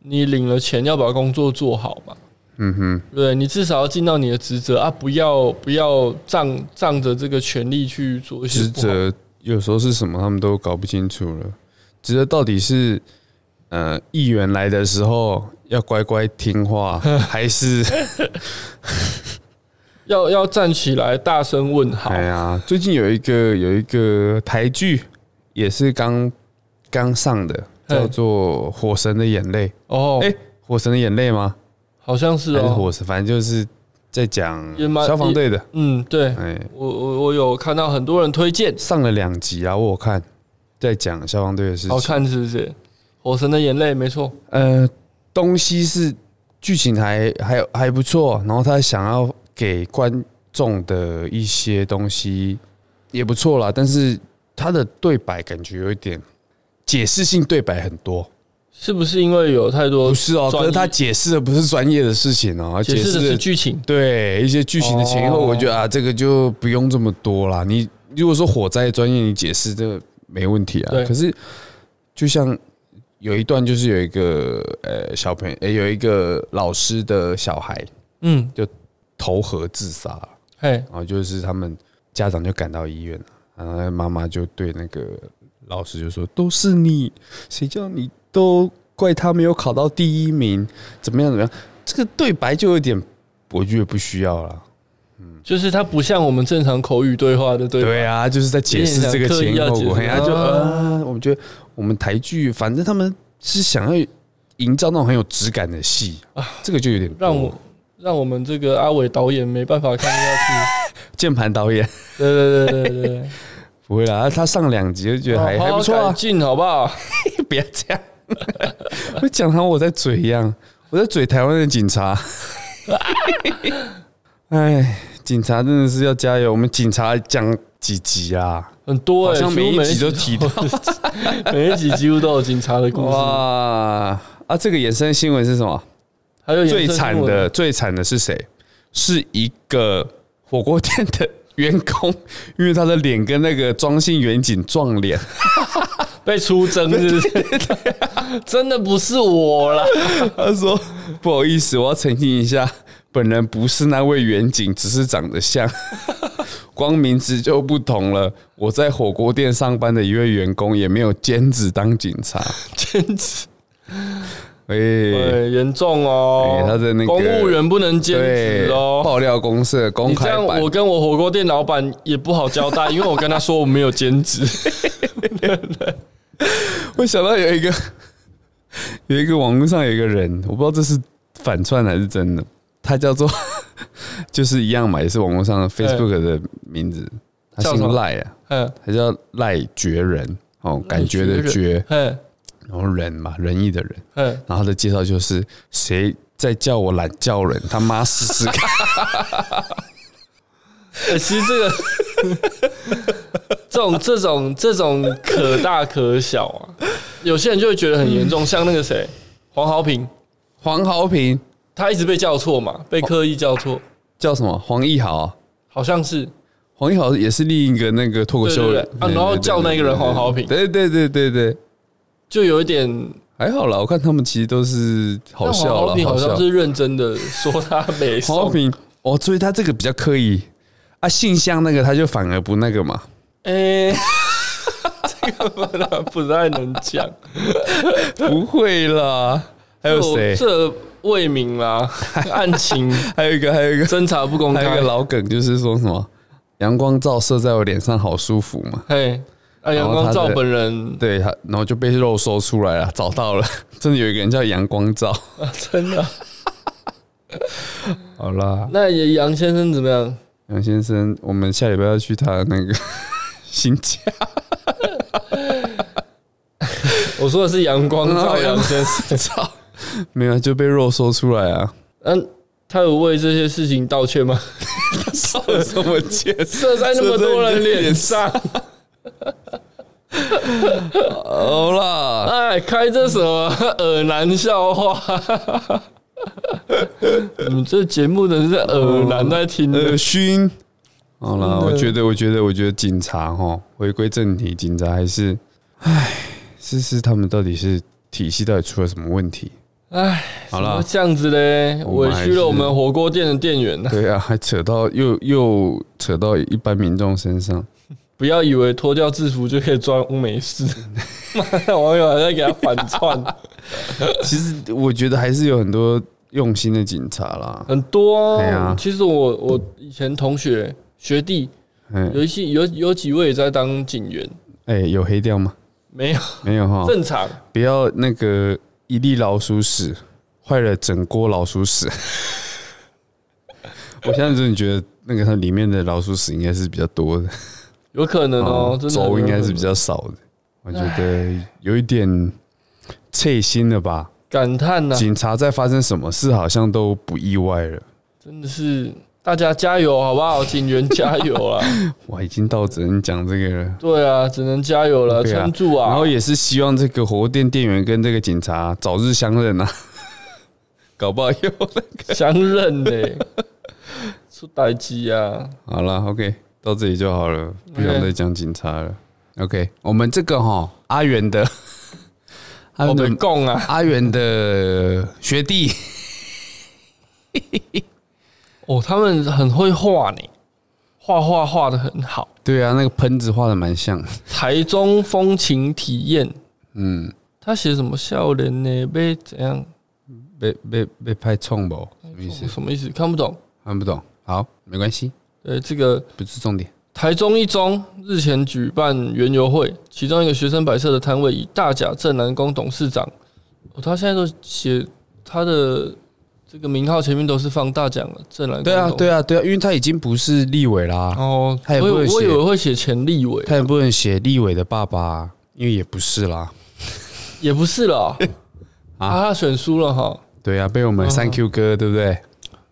Speaker 1: 你领了钱要把工作做好嘛。
Speaker 2: 嗯哼，
Speaker 1: 对你至少要尽到你的职责啊，不要不要仗仗着这个权利去做一些
Speaker 2: 职
Speaker 1: 不好的
Speaker 2: 责有时候是什么，他们都搞不清楚了。职责到底是呃议员来的时候要乖乖听
Speaker 1: *laughs*
Speaker 2: 话，还是
Speaker 1: 要要站起来大声问好
Speaker 2: 哎。呀，最近有一个有一个台剧也是刚刚上的，
Speaker 1: 嘿
Speaker 2: 叫做《火神的眼泪》。
Speaker 1: 哦，
Speaker 2: 哎，《火神的眼泪》吗？
Speaker 1: 好像是
Speaker 2: 还是
Speaker 1: 哦，
Speaker 2: 火神？反正就是在讲
Speaker 1: 也蛮
Speaker 2: 消防队的。
Speaker 1: 嗯，对
Speaker 2: 哎，
Speaker 1: 我我我有看到很多人推荐，
Speaker 2: 上了两集啊，我有看在讲消防队的事
Speaker 1: 好
Speaker 2: 情。
Speaker 1: 看是不是？《火神的眼泪》没错，
Speaker 2: 呃，东西是剧情还还还不错，然后他想要给观众的一些东西也不错啦，但是他的对白感觉有一点解释性对白很多，
Speaker 1: 是不是因为有太多
Speaker 2: 不是哦，
Speaker 1: 专
Speaker 2: 可
Speaker 1: 业
Speaker 2: 是他解释的不是专业的事情哦，
Speaker 1: 解释的
Speaker 2: 的
Speaker 1: 是剧情？
Speaker 2: 对一些剧情的前因后，
Speaker 1: 哦
Speaker 2: 我觉得啊，这个就不用这么多啦。你如果说火灾专业，你解释这个没问题啊。
Speaker 1: 对
Speaker 2: 可是就像有一段，就是有一个呃小朋友，呃有一个老师的小孩
Speaker 1: 嗯，
Speaker 2: 投河自杀，
Speaker 1: 嘿，
Speaker 2: 然后就是他们家长就赶到医院了，然后妈妈就对那个老师就说：“都是你，谁叫你都怪他没有考到第一名，怎么样怎么样？”这个对白就有点，我觉得不需要了。
Speaker 1: 就是它不像我们正常口语对话的对吧，
Speaker 2: 对啊，就是在解释这个前因后果。
Speaker 1: 有点想刻意
Speaker 2: 人家
Speaker 1: 要解释
Speaker 2: 就
Speaker 1: 啊
Speaker 2: 啊，我们觉得我们台剧，反正他们是想要营造那种很有质感的戏这个就有点
Speaker 1: 啊让我让我们这个阿伟导演没办法看
Speaker 2: *laughs*
Speaker 1: 下
Speaker 2: 键盘导演 *laughs*
Speaker 1: 去。对对对对对
Speaker 2: 不会啦，他上两集就觉
Speaker 1: 对，
Speaker 2: 得还
Speaker 1: 哦好
Speaker 2: 还
Speaker 1: 好
Speaker 2: 不错
Speaker 1: 改
Speaker 2: 啊，
Speaker 1: 进好不好？
Speaker 2: 不要这样，我讲他我在嘴一样，我在嘴台湾的警察。 *laughs* 哎，警察真的是要加油！我们警察讲几集啊？
Speaker 1: 很多
Speaker 2: 好
Speaker 1: 哎，
Speaker 2: 像
Speaker 1: 几乎
Speaker 2: 每一集都
Speaker 1: 都
Speaker 2: 提到。
Speaker 1: *laughs* 每一集几乎都有警察的故事，
Speaker 2: 哇啊！这个衍生新闻是什么？
Speaker 1: 还有衍生
Speaker 2: 最惨
Speaker 1: 新闻
Speaker 2: 的最惨的是谁？是一个火锅店的员工， *laughs* 因为他的脸跟那个庄姓远景撞脸， *laughs*
Speaker 1: 被出征是不是？ *laughs* 真的不是我啦，
Speaker 2: 他说：“不好意思，我要澄清一下，本人不是那位远景，只是长得像。” *laughs* 光名字就不同了。我在火锅店上班的一位员工，也没有兼职当警察。
Speaker 1: 兼职，
Speaker 2: 哎、
Speaker 1: 对，严重哦
Speaker 2: 哎。他的那个
Speaker 1: 公务员不能兼
Speaker 2: 对
Speaker 1: 职，哦。
Speaker 2: 爆料公社公
Speaker 1: 你这
Speaker 2: 开
Speaker 1: 样，
Speaker 2: 版
Speaker 1: 我，跟我火锅店老板也不好交
Speaker 2: *laughs*
Speaker 1: 代，因为我跟他说我没有兼职。 *laughs*
Speaker 2: 我想到有一个 *laughs* 有一个网络上有一个人，我不知道这是反串还是真的，他叫做 *laughs* 就是一样嘛，也是网络上 Facebook 的名字，他
Speaker 1: 叫什
Speaker 2: 姓
Speaker 1: 么
Speaker 2: 赖啊，
Speaker 1: 嗯，
Speaker 2: 他叫赖觉人哦，感觉的
Speaker 1: 赖觉
Speaker 2: 觉，
Speaker 1: 嗯
Speaker 2: 然后仁嘛，仁义的仁，
Speaker 1: 嗯，
Speaker 2: 然后他的介绍就是谁在叫我懒叫人，他妈试试看。
Speaker 1: *laughs* 哎其实这个这种这种这种可大可小啊，有些人就会觉得很严
Speaker 2: *laughs*
Speaker 1: 重，像那个谁黄豪平，
Speaker 2: 黄豪平
Speaker 1: 他一直被叫错嘛，被刻意叫错，
Speaker 2: 叫什么？黄义豪啊，
Speaker 1: 好像是
Speaker 2: 黄义豪也是另一个那个脱口秀
Speaker 1: 对对对啊然后叫那个人黄豪平
Speaker 2: 对对对对对，
Speaker 1: 就有一点
Speaker 2: 还好啦，我看他们其实都是好
Speaker 1: 但
Speaker 2: 笑
Speaker 1: 黄豪
Speaker 2: 了，
Speaker 1: 平好
Speaker 2: 笑
Speaker 1: 像。是认真的说他没
Speaker 2: 黄豪
Speaker 1: 送。
Speaker 2: 平哦，所以他这个比较刻意啊，信箱那个他就反而不那个嘛，
Speaker 1: 哎、这个本来不太能讲。
Speaker 2: 不会啦。还有谁？
Speaker 1: 这未明 *laughs* 啦，案情
Speaker 2: 还有一个，还有一个，
Speaker 1: 侦查不公
Speaker 2: 还有一
Speaker 1: 开
Speaker 2: 个。老梗，就是说什么阳光照射在我脸上好舒服嘛。
Speaker 1: 嘿，啊，
Speaker 2: 然
Speaker 1: 阳
Speaker 2: 后他
Speaker 1: 光照
Speaker 2: 的
Speaker 1: 本人
Speaker 2: 对他，然后就被肉搜出来了，找到了， *laughs* 真的有一个人叫阳光照。
Speaker 1: 啊 *laughs* 真的啊。
Speaker 2: 好啦，
Speaker 1: 那也杨先生怎么样？
Speaker 2: 杨先生，我们下礼拜要去他的那个 *laughs* 新家，
Speaker 1: 我说的是阳光照 *laughs* 杨先生。
Speaker 2: *laughs* 操，没有就被肉搜出来
Speaker 1: *laughs*
Speaker 2: 啊，
Speaker 1: 嗯、他有为这些事情道歉吗？
Speaker 2: 受什么气？
Speaker 1: 射在那么多人脸 *laughs* 上，
Speaker 2: 好啦，
Speaker 1: 哎，开这什么耳男笑话？ *laughs* 你们这节目真是耳男在听的
Speaker 2: 恶。熏。呃好啦，
Speaker 1: 真的
Speaker 2: 我觉得，我觉得，我觉得警察哈，回归正题，警察还是，唉，是是，他们到底是体系到底出了什么问题？
Speaker 1: 哎，
Speaker 2: 好啦
Speaker 1: 怎么这样子嘞，
Speaker 2: 我
Speaker 1: 委
Speaker 2: 们还
Speaker 1: 屈了我
Speaker 2: 是
Speaker 1: 们火锅店的店员 *laughs* 呢。
Speaker 2: 对啊，还扯到又又扯到一般民众身上。
Speaker 1: 不要以为脱掉制服就可以装没事， *laughs* 妈网友还在给他反串，
Speaker 2: *laughs* 其实我觉得还是有很多用心的警察啦。
Speaker 1: 很多
Speaker 2: 对
Speaker 1: 啊
Speaker 2: 啊。
Speaker 1: 其实我我以前同学学弟
Speaker 2: 嗯，
Speaker 1: 有一些有有几位也在当警员，
Speaker 2: 哎、有黑掉吗？
Speaker 1: 没有
Speaker 2: 没有哈，
Speaker 1: 正常。
Speaker 2: 不要那个一粒老鼠屎坏了整锅老鼠屎。 *laughs* 我现在真的觉得那个它里面的老鼠屎应该是比较多的，
Speaker 1: 有可能哦，真的
Speaker 2: 粥应该
Speaker 1: 有可
Speaker 2: 是
Speaker 1: 能
Speaker 2: 比较少的。我觉得有一点脆心了吧？
Speaker 1: 感叹啊呐、
Speaker 2: 警察在发生什么事好像都不意外了。
Speaker 1: 真的是大家加油好不好？警员加油
Speaker 2: *laughs*
Speaker 1: 啦！
Speaker 2: 哇，已经到只能讲这个了。
Speaker 1: 对啊，只能加油了，
Speaker 2: 对啊
Speaker 1: 撑住啊！
Speaker 2: 然后也是希望这个火锅店店员跟这个警察早日相认啊， *laughs* 搞不好又
Speaker 1: 相认呢、出歹机啊！
Speaker 2: 好了，OK，到这里就好了，不想再讲警察了。OK，我们这个哈阿元的 *laughs* 阿
Speaker 1: 我
Speaker 2: 元
Speaker 1: 们
Speaker 2: 的
Speaker 1: 供啊，
Speaker 2: 阿元的学弟， *laughs*
Speaker 1: 哦，他们很会画呢，画画画的很好。
Speaker 2: 对啊，那个喷子画的蛮像，
Speaker 1: 台中风情体验，
Speaker 2: 嗯，
Speaker 1: 他写什么笑人呢？被怎样？
Speaker 2: 被被被拍冲吧，什么意思？
Speaker 1: 什么意思？看不懂。
Speaker 2: 看不懂，好，没关系，
Speaker 1: 呃，这个
Speaker 2: 不是重点。
Speaker 1: 台中一中日前举办园游会，其中一个学生摆设的摊位以大甲镇南宫董事长，哦，他现在都写他的这个名号前面都是放大甲镇南宫。
Speaker 2: 对啊，对
Speaker 1: 啊。
Speaker 2: 啊，对啊，因为他已经不是立委啦，
Speaker 1: 哦，我
Speaker 2: 他也
Speaker 1: 以
Speaker 2: 不
Speaker 1: 为我
Speaker 2: 会
Speaker 1: 以
Speaker 2: 写
Speaker 1: 为会写前立委，
Speaker 2: 他也不能写立委的爸爸啊，因为也不是啦。
Speaker 1: 也不是啦。
Speaker 2: *laughs* 啊
Speaker 1: 啊，他选输了哈。
Speaker 2: 对啊，被我们
Speaker 1: 嗯
Speaker 2: 三 Q 哥，对不对？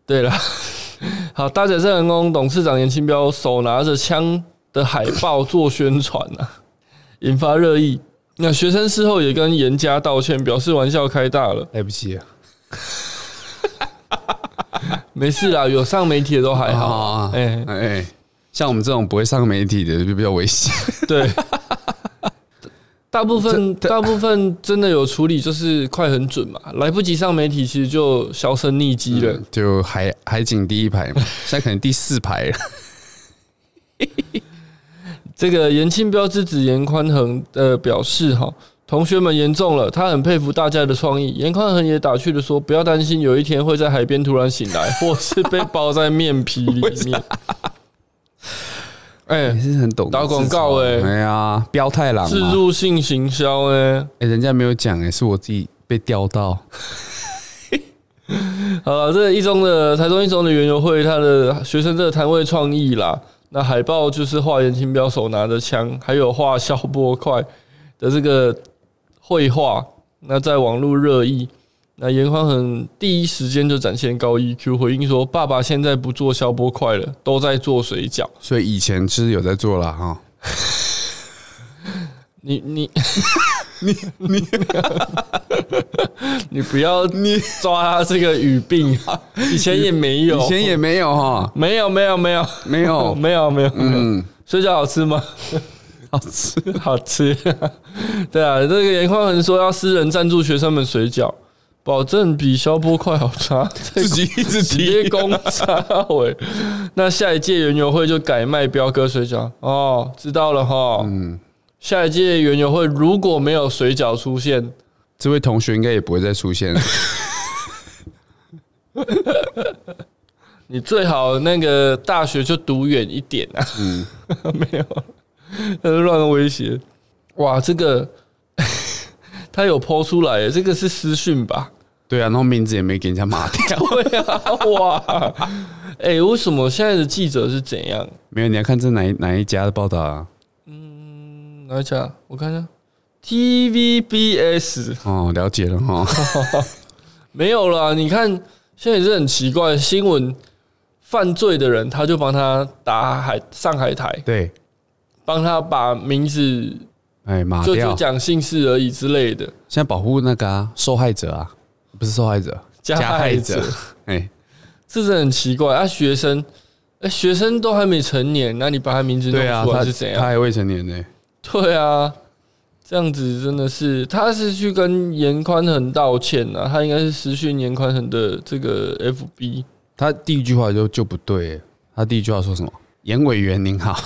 Speaker 1: 对了， *laughs* 好，大甲镇人工董事长严清标手拿着枪的海报做宣传啊， *laughs* 引发热议。那学生事后也跟严家道歉，表示玩笑开大了，
Speaker 2: 来不及了，
Speaker 1: 没事啦，有上媒体的都还好。
Speaker 2: 啊
Speaker 1: 哎、
Speaker 2: 哎，像我们这种不会上媒体的就比较危险。 *laughs*
Speaker 1: 对，大部分大部分真的有处理，就是快很准嘛，来不及上媒体，其实就销声匿
Speaker 2: 嗯
Speaker 1: 迹了。
Speaker 2: 就海海景第一排嘛，现在可能第四排了。
Speaker 1: 这个严庆标之子严宽恒呃表示哈，同学们严重了，他很佩服大家的创意。严宽恒也打趣的说，不要担心，有一天会在海边突然醒来，或是被包在面皮里面。哎、
Speaker 2: *laughs* 也是很懂得
Speaker 1: 打广
Speaker 2: 自嘲
Speaker 1: 告欸
Speaker 2: 哎呀，标太郎
Speaker 1: 自
Speaker 2: 嘛，
Speaker 1: 入性行销哎、
Speaker 2: 哎，人家没有讲哎，是我自己被钓到，
Speaker 1: *laughs* 好了，这一中的台中一中的园游会，它的学生这个摊位创意啦，那海报就是画严清标手拿着枪，还有画消波块的这个绘画，那在网络热议。那严宽恒第一时间就展现高 EQ，回应说：“爸爸现在不做消波块了，都在做水饺。
Speaker 2: 所以以前其实有在做啦哈。
Speaker 1: 你
Speaker 2: *laughs*
Speaker 1: 你 *laughs* 你你不要你抓他这个语病，啊以前也没
Speaker 2: *laughs*
Speaker 1: 有，
Speaker 2: 以前也没有 *laughs* 哈，
Speaker 1: 没有没有没有
Speaker 2: 没有，
Speaker 1: *laughs* 没有没有，嗯，
Speaker 2: 嗯，
Speaker 1: 水饺好吃吗？ *laughs*
Speaker 2: 好吃，
Speaker 1: 好吃， *laughs* 对啊，这个严宽恒说要私人赞助学生们水饺，保证比消波块好吃， *laughs*
Speaker 2: 自己一直
Speaker 1: 直接攻杀尾。那下一届园游会就改卖彪哥水饺哦，知道了哈。嗯，下一届园游会如果没有水饺出现，
Speaker 2: 这位同学应该也不会再出 *laughs* 现了。
Speaker 1: 你最好那个大学就读远一点啊。嗯， *laughs* 没有，乱威胁。哇，这个 *laughs* 他有剖出来耶，这个是私讯吧？
Speaker 2: 对啊，然后名字也没给人家抹 *laughs* 掉。
Speaker 1: 对啊，哇，哎、为什么现在的记者是怎样？
Speaker 2: 没有，你要看这哪一哪一家的报道啊？
Speaker 1: 嗯哪一家？我看一下，TVBS
Speaker 2: 哦，了解了哈。
Speaker 1: 没有啦。你看，现在也是很奇怪，新闻犯罪的人，他就帮他打海上海台，
Speaker 2: *laughs* 对，
Speaker 1: 帮他把名字
Speaker 2: 哎，抹
Speaker 1: 就就
Speaker 2: 掉。
Speaker 1: 讲姓氏而已之类的。
Speaker 2: 现在保护那个啊，受害者啊，不是受害者，
Speaker 1: 加害者，。
Speaker 2: 哎，
Speaker 1: 这是很奇怪啊！学生，哎、学生都还没成年，那你把他名字弄
Speaker 2: 对啊，
Speaker 1: 出来
Speaker 2: 他
Speaker 1: 是怎样
Speaker 2: 他？还未成年呢、
Speaker 1: 对啊，这样子真的是，他是去跟严宽恒道歉啊，他应该是私讯严宽恒的这个 FB，
Speaker 2: 他第一句话就就不对、他第一句话说什么？严委员您好，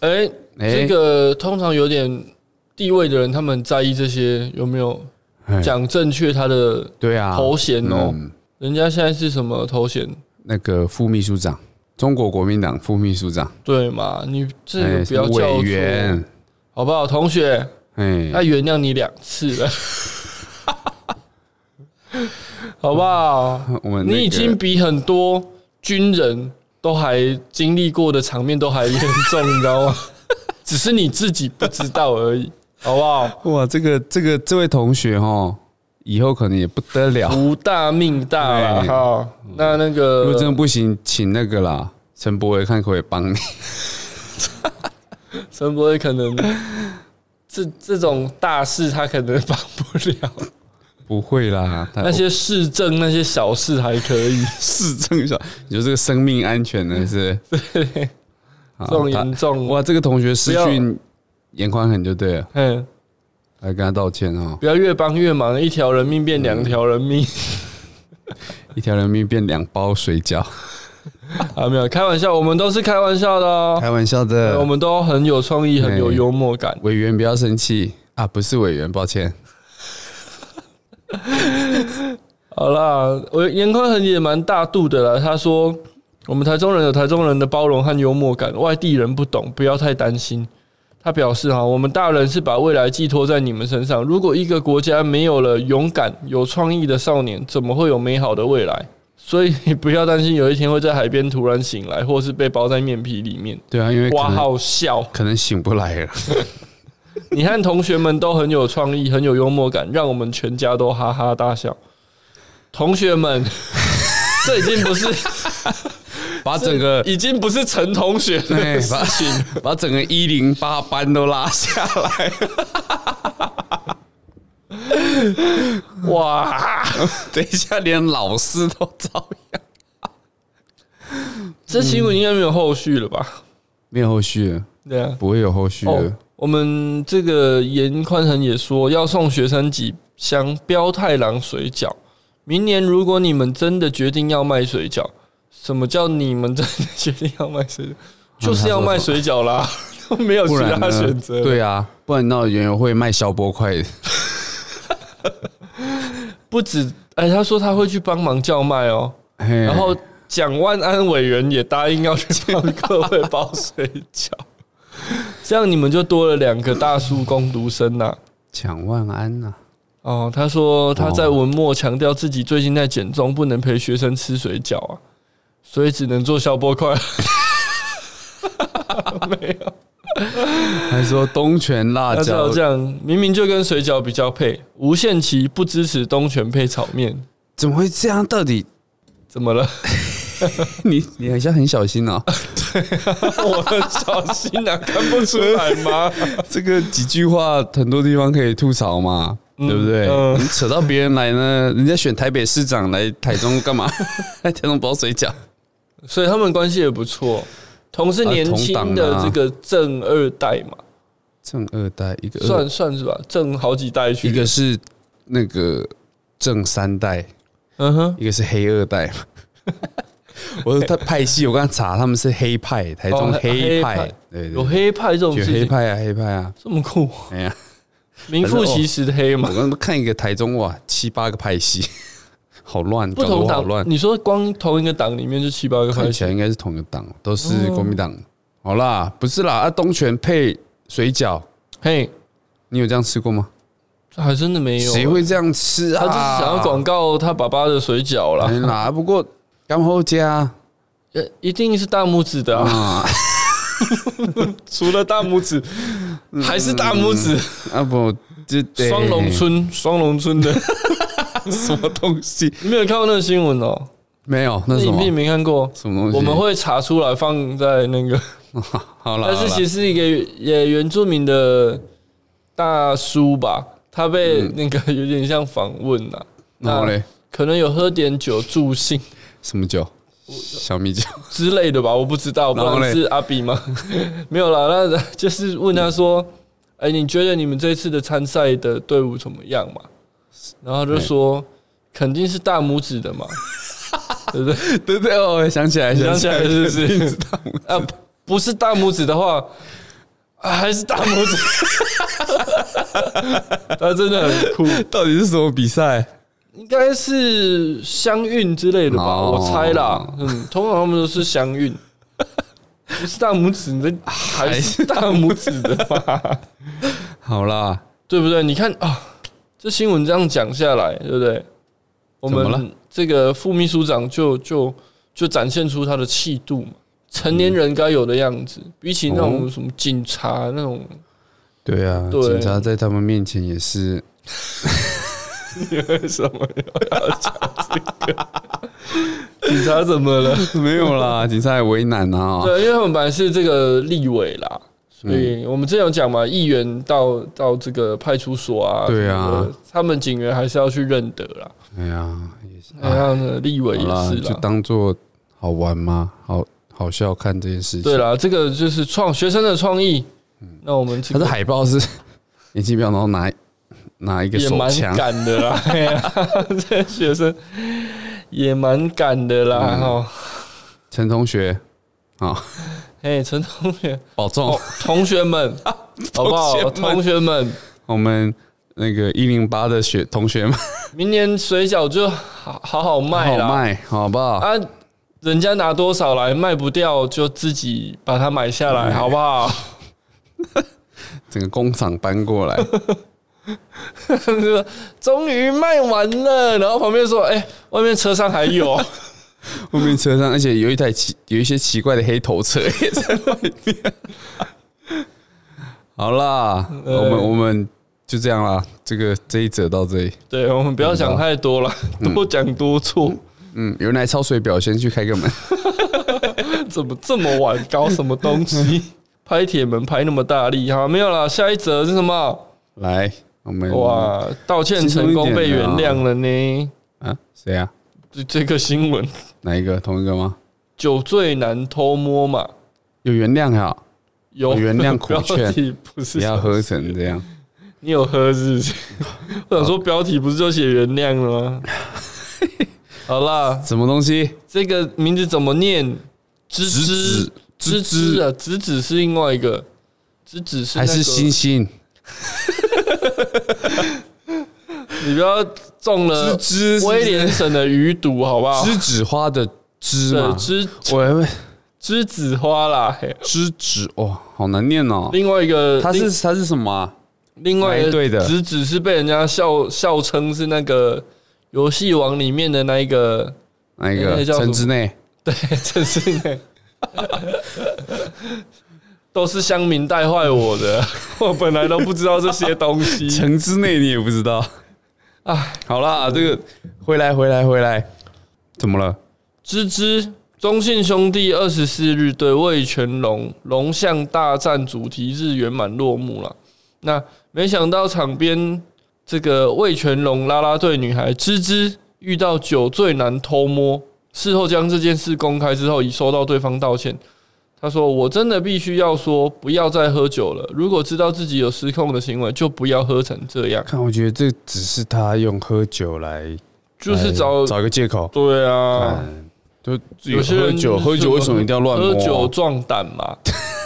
Speaker 1: 哎、*laughs*
Speaker 2: 哎
Speaker 1: 这个通常有点地位的人，他们很在意这些有没有
Speaker 2: 哎
Speaker 1: 讲正确他的
Speaker 2: 对啊，
Speaker 1: 头衔哦、
Speaker 2: 嗯
Speaker 1: 人家现在是什么头衔？
Speaker 2: 那个副秘书长，中国国民党副秘书长，
Speaker 1: 对嘛？你这个
Speaker 2: 哎
Speaker 1: 不要
Speaker 2: 什么
Speaker 1: 叫
Speaker 2: 委
Speaker 1: 错，
Speaker 2: 员，
Speaker 1: 好不好？同学，
Speaker 2: 哎，
Speaker 1: 他原谅你两次了， *laughs* 好不好？
Speaker 2: 我们那个
Speaker 1: 你已经比很多军人都还经历过的场面都还严重，你知道
Speaker 2: *laughs*
Speaker 1: 吗？只是你自己不知道而已，好不
Speaker 2: *laughs*
Speaker 1: 好？
Speaker 2: 哇，这个这个这位同学哦，以后可能也不得了，
Speaker 1: 福大命大啦，
Speaker 2: 对
Speaker 1: 哈。那那
Speaker 2: 如果真
Speaker 1: 个
Speaker 2: 的不行，请那个啦，陈博伟看可不可以帮你。 *laughs*
Speaker 1: 陈伯伟可能这这种大事他可能帮不了，
Speaker 2: *laughs* 不会啦，他
Speaker 1: 那些市政那些小事还可以，
Speaker 2: 市政小，你说这个生命安全呢是？
Speaker 1: *laughs* 这
Speaker 2: *laughs* 好
Speaker 1: 种
Speaker 2: 他
Speaker 1: 严重，
Speaker 2: 哇，这个同学失
Speaker 1: 不要
Speaker 2: 讯严宽很就对了，
Speaker 1: 嗯，
Speaker 2: 来跟他道歉哦，
Speaker 1: 不要越帮越忙，一条人命变两条人命。
Speaker 2: 一条人命变两包水饺，
Speaker 1: 啊，没有开玩笑，我们都是开玩笑的哦。
Speaker 2: 开玩笑
Speaker 1: 对
Speaker 2: 的
Speaker 1: 我。们都很有创意，很有幽默感。
Speaker 2: 委员不要生气啊，不是委员，抱歉。
Speaker 1: 好啦，我严宽恒也蛮大度的啦。他说，我们台中人有台中人的包容和幽默感，外地人不懂，不要太担心。他表示哈，我们大人是把未来寄托在你们身上。如果一个国家没有了勇敢、有创意的少年，怎么会有美好的未来？所以 *laughs* 你不要担心，有一天会在海边突然醒来，或是被包在面皮里面。
Speaker 2: 对啊，因为可
Speaker 1: 哇，
Speaker 2: 能
Speaker 1: 好笑！
Speaker 2: 可能醒不来
Speaker 1: *laughs*
Speaker 2: 了。
Speaker 1: 你和同学们都很有创意，很有幽默感，让我们全家都哈哈大笑。同学们， *laughs* 这已经不是
Speaker 2: 把整个
Speaker 1: 已经不是陈同学
Speaker 2: *laughs* 对
Speaker 1: 的事
Speaker 2: 把
Speaker 1: 情，
Speaker 2: *laughs* 把整个一零八班都拉下 *laughs* 来，
Speaker 1: 哇！
Speaker 2: 等一下连老师都遭殃，
Speaker 1: 这新闻应该没有后续了吧？
Speaker 2: 没有后续了，
Speaker 1: 对啊，
Speaker 2: 不会有后续了。
Speaker 1: 哦，我们这个严宽恒也说要送学生几箱标太郎水饺。明年如果你们真的决定要卖水饺，什么叫你们真的决定要卖水饺？就是要卖水饺啦！没有其
Speaker 2: *laughs* 不然
Speaker 1: 他
Speaker 2: 呢
Speaker 1: 选择。，
Speaker 2: 对啊，不然到园游会卖消波块的，
Speaker 1: 不止哎，他说他会去帮忙叫卖哦，
Speaker 2: 然
Speaker 1: 然后蒋万安委员也答应要去帮各位包水
Speaker 2: *laughs*
Speaker 1: 饺，这样你们就多了两个大叔攻读生呐、
Speaker 2: 蒋万安啊呐、
Speaker 1: 哦，他说他在文末强调自己最近在减重，不能陪学生吃水饺啊，所以只能做消波块。
Speaker 2: 啊
Speaker 1: 没有，
Speaker 2: 还说东泉辣
Speaker 1: 他只好
Speaker 2: 椒
Speaker 1: 这样，明明就跟水饺比较配。无限期不支持东泉配炒面，
Speaker 2: 怎么会这样？到底
Speaker 1: 怎么了？
Speaker 2: *laughs*
Speaker 1: *laughs*
Speaker 2: 你你好像很小心哦。
Speaker 1: 我很小心啊，看不出来
Speaker 2: *laughs*
Speaker 1: 吗？
Speaker 2: *laughs* 这个几句话很多地方可以吐槽嘛，对不对？
Speaker 1: 嗯
Speaker 2: 你扯到别人来呢，人家选台北市长来台中干嘛？ *laughs* 来台中包水饺，
Speaker 1: 所以他们关系也不错，同是年轻的这
Speaker 2: 啊同党啊
Speaker 1: 个正二代嘛，
Speaker 2: 正二代一个二
Speaker 1: 算算是吧，正好几代去。
Speaker 2: 一个，是那个正三代，
Speaker 1: 嗯哼，
Speaker 2: 一个是黑二 *laughs* 代。我他派系，我刚刚查他们是黑派，台中
Speaker 1: 哦黑
Speaker 2: 黑
Speaker 1: 派
Speaker 2: 派，对
Speaker 1: 有
Speaker 2: 对，
Speaker 1: 黑派这种
Speaker 2: 有
Speaker 1: 事
Speaker 2: 黑
Speaker 1: 情，
Speaker 2: 派啊，黑派啊。
Speaker 1: 这么酷，
Speaker 2: 哎呀，
Speaker 1: 名副其实的黑嘛
Speaker 2: 我。刚刚看一个台中哇，七八个派系， *laughs* 好乱，
Speaker 1: 不
Speaker 2: 搞得
Speaker 1: 同
Speaker 2: 我好
Speaker 1: 党
Speaker 2: 乱，。
Speaker 1: 你说光同一个党里面就七八个派
Speaker 2: 看
Speaker 1: 系
Speaker 2: 起来应该是同一个党，都是国民党。
Speaker 1: 哦
Speaker 2: 好啦，不是啦，啊，东泉配水饺，
Speaker 1: 嘿，
Speaker 2: 你有这样吃过吗？
Speaker 1: 这还真的没有。
Speaker 2: 谁会这样吃啊？
Speaker 1: 他就是想要广告他爸爸的水饺啦，
Speaker 2: 哎啦，不过刚后加
Speaker 1: 呃，一定是大拇指的啊，
Speaker 2: 啊，
Speaker 1: *laughs* 除了大拇指
Speaker 2: 嗯
Speaker 1: 还是大拇指，嗯
Speaker 2: 啊不，这得
Speaker 1: 双龙村，双龙村
Speaker 2: *laughs*
Speaker 1: 的，
Speaker 2: 什么东西？
Speaker 1: 你没有看过那个新闻哦？
Speaker 2: 没有，那
Speaker 1: 那
Speaker 2: 是什
Speaker 1: 影
Speaker 2: 么
Speaker 1: 片没看过，
Speaker 2: 什么东西？
Speaker 1: 我们会查出来放在那个，
Speaker 2: *laughs* 好了，
Speaker 1: 但是其
Speaker 2: 实
Speaker 1: 实是一个也原住民的大叔吧，他被那个有点像访问呐、
Speaker 2: 嗯然后嘞，
Speaker 1: 可能有喝点酒助兴
Speaker 2: 什么酒？小米酒。
Speaker 1: 之类的吧，我不知道，不
Speaker 2: 然后嘞
Speaker 1: 然是阿比吗？ *laughs* 没有啦，那就是问他说：“
Speaker 2: 嗯
Speaker 1: 哎、你觉得你们这次的参赛的队伍怎么样嘛？”然后他就说：“肯定是大拇指的
Speaker 2: *laughs*
Speaker 1: 嘛，对不对？”
Speaker 2: 对对哦，想起来，
Speaker 1: 想起来是不是
Speaker 2: 肯定大拇指
Speaker 1: 啊，不是大拇指的话，啊还是大拇指。 *laughs* 他真的很酷，
Speaker 2: *laughs* 到底是什么比赛？
Speaker 1: 应该是相运之类的吧，
Speaker 2: 哦
Speaker 1: 我猜啦。嗯，通常他们都是相运，不是大拇指，
Speaker 2: *laughs*
Speaker 1: 你的还是大拇指的吧？
Speaker 2: 好啦，
Speaker 1: 对不对？你看啊，这新闻这样讲下来，对不对？我
Speaker 2: 怎么
Speaker 1: 们这个副秘书长就就就展现出他的气度嘛，成年人该有的样子，
Speaker 2: 嗯
Speaker 1: 比起那种什么警察那种
Speaker 2: 哦对啊，
Speaker 1: 对
Speaker 2: 警察在他们面前也是
Speaker 1: *laughs* 为什么要讲这个？警察怎么
Speaker 2: *laughs*
Speaker 1: 了？
Speaker 2: 没有啦，警察也为难啊。
Speaker 1: 对，因为他们本来是这个立委啦，所以我们之前有讲嘛，议员到到这个派出所啊，
Speaker 2: 对啊
Speaker 1: 什么的，他们警员还是要去认得啦。哎
Speaker 2: 哎呀，也是，
Speaker 1: 那样的立委也
Speaker 2: 好啦，
Speaker 1: 是
Speaker 2: 就
Speaker 1: 啦，
Speaker 2: 当做好玩嘛，好好笑看这件事情。
Speaker 1: 对，啦，这个就是创学生的创意。那我们这
Speaker 2: 他的
Speaker 1: 个
Speaker 2: 海报是 *laughs* 眼镜标，然后拿拿一个
Speaker 1: 也
Speaker 2: 手
Speaker 1: 蛮
Speaker 2: 枪，
Speaker 1: 敢的
Speaker 2: *laughs*
Speaker 1: 啦， *laughs* 嘿啊这学生也蛮敢的
Speaker 2: 嗯
Speaker 1: 啦，哈。
Speaker 2: 陈同学
Speaker 1: 哎，陈同学，
Speaker 2: 保重，
Speaker 1: 哦同学们，
Speaker 2: *laughs*
Speaker 1: 好不好？同
Speaker 2: 同
Speaker 1: 学们，
Speaker 2: 我们那个一零八的学同学们，
Speaker 1: 明年水饺就好好好卖
Speaker 2: 好
Speaker 1: 啦。
Speaker 2: 哦卖，好不好？
Speaker 1: 啊，人家拿多少来卖不掉，就自己把它买下来，
Speaker 2: 嗯
Speaker 1: 好不好？ *laughs*
Speaker 2: 整个工厂搬过来， *laughs*
Speaker 1: 终于卖完了，然后旁边说：“哎、外面车上还有。
Speaker 2: 后面车上，而且有一台奇有一些奇怪的黑头车 *laughs* 也在外面。好啦，
Speaker 1: 呃
Speaker 2: 我们我们就这样啦，这个这一则到这里。”
Speaker 1: 对，我们不要想太多了， *laughs* 多讲多错。
Speaker 2: 嗯，有人来抄水表，先去开
Speaker 1: *laughs*
Speaker 2: 个门。
Speaker 1: 怎么这么晚搞什么东西？拍铁门拍那么大力，好没有啦，下一则是什么？
Speaker 2: 来，我们
Speaker 1: 哇，道歉成功被原谅了呢。
Speaker 2: 啊，谁啊？
Speaker 1: 这这个新闻，
Speaker 2: 哪一个？同一个吗？
Speaker 1: 酒醉男偷摸嘛，
Speaker 2: 有原谅哈，
Speaker 1: 有
Speaker 2: 哦原谅苦
Speaker 1: 标
Speaker 2: 劝
Speaker 1: 题不是
Speaker 2: 不
Speaker 1: 什
Speaker 2: 要
Speaker 1: 么
Speaker 2: 喝成这样。
Speaker 1: 你有喝是不是？ *laughs* 我想说标题不是就写原谅了
Speaker 2: *laughs*
Speaker 1: 吗？好啦，
Speaker 2: 什么东西？
Speaker 1: 这个名字怎么念？芝
Speaker 2: 直
Speaker 1: 芝
Speaker 2: 指
Speaker 1: 芝
Speaker 2: 芝
Speaker 1: 芝
Speaker 2: 芝
Speaker 1: 啊，芝芝是另外一个只只是、
Speaker 2: 还
Speaker 1: 那个
Speaker 2: 是星星
Speaker 1: 你不要中了
Speaker 2: 芝
Speaker 1: 威廉省的余毒，好不好？
Speaker 2: 栀子花的栀
Speaker 1: 对
Speaker 2: 嘛，
Speaker 1: 栀
Speaker 2: 我还会
Speaker 1: 栀子花啦，嘿
Speaker 2: 栀子哇，好难念哦。
Speaker 1: 另外一个
Speaker 2: 它
Speaker 1: 另
Speaker 2: 是它是什么啊？
Speaker 1: 另外
Speaker 2: 哪
Speaker 1: 一
Speaker 2: 一队
Speaker 1: 个
Speaker 2: 的
Speaker 1: 栀子是被人家笑笑称是那个游戏王里面的那一个， *laughs*
Speaker 2: 那
Speaker 1: 那
Speaker 2: 个
Speaker 1: 个叫什么
Speaker 2: 城之内，
Speaker 1: 对，真是呢， *laughs* 都是乡民带坏我的， *laughs* 我本来都不知道这些东西。
Speaker 2: 城之内你也不知道
Speaker 1: 唉。
Speaker 2: *laughs* 好啦，这个回来回来回来，怎么了？
Speaker 1: 芝芝，中信兄弟二十四日对魏全龙龙象大战主题日圆满落幕了。那没想到场边这个魏全龙啦啦队女孩芝芝遇到酒醉男偷摸，事后将这件事公开之后，已收到对方道歉。她说：“我真的必须要说，不要再喝酒了。如果知道自己有失控的行为，就不要喝成这样。
Speaker 2: 看，我觉得这只是他用喝酒来，
Speaker 1: 就是
Speaker 2: 来
Speaker 1: 找
Speaker 2: 哎找一个借口。
Speaker 1: 对啊，
Speaker 2: 嗯，就
Speaker 1: 有些
Speaker 2: 喝
Speaker 1: 人
Speaker 2: 酒，
Speaker 1: 就是
Speaker 2: 喝酒为什么一定要乱摸？啊
Speaker 1: 喝酒壮胆嘛，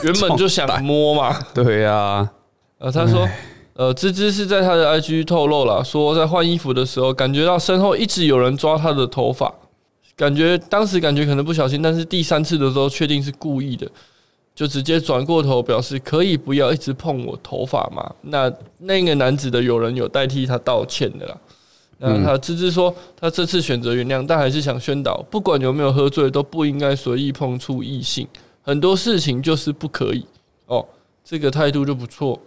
Speaker 1: 原本就想摸嘛。
Speaker 2: 对啊，
Speaker 1: 呃，他说，呃，芝芝是在他的 IG 透露了，说在换衣服的时候，感觉到身后一直有人抓他的头发，感觉当时感觉可能不小心，但是第三次的时候确定是故意的，就直接转过头表示可以不要一直碰我头发嘛。那那个男子的友人有代替他道歉的啦。那他芝芝说，他这次选择原谅，但还是想宣导，不管有没有喝醉，都不应该随意碰触异性，很多事情就是不可以哦。这个态度就不错，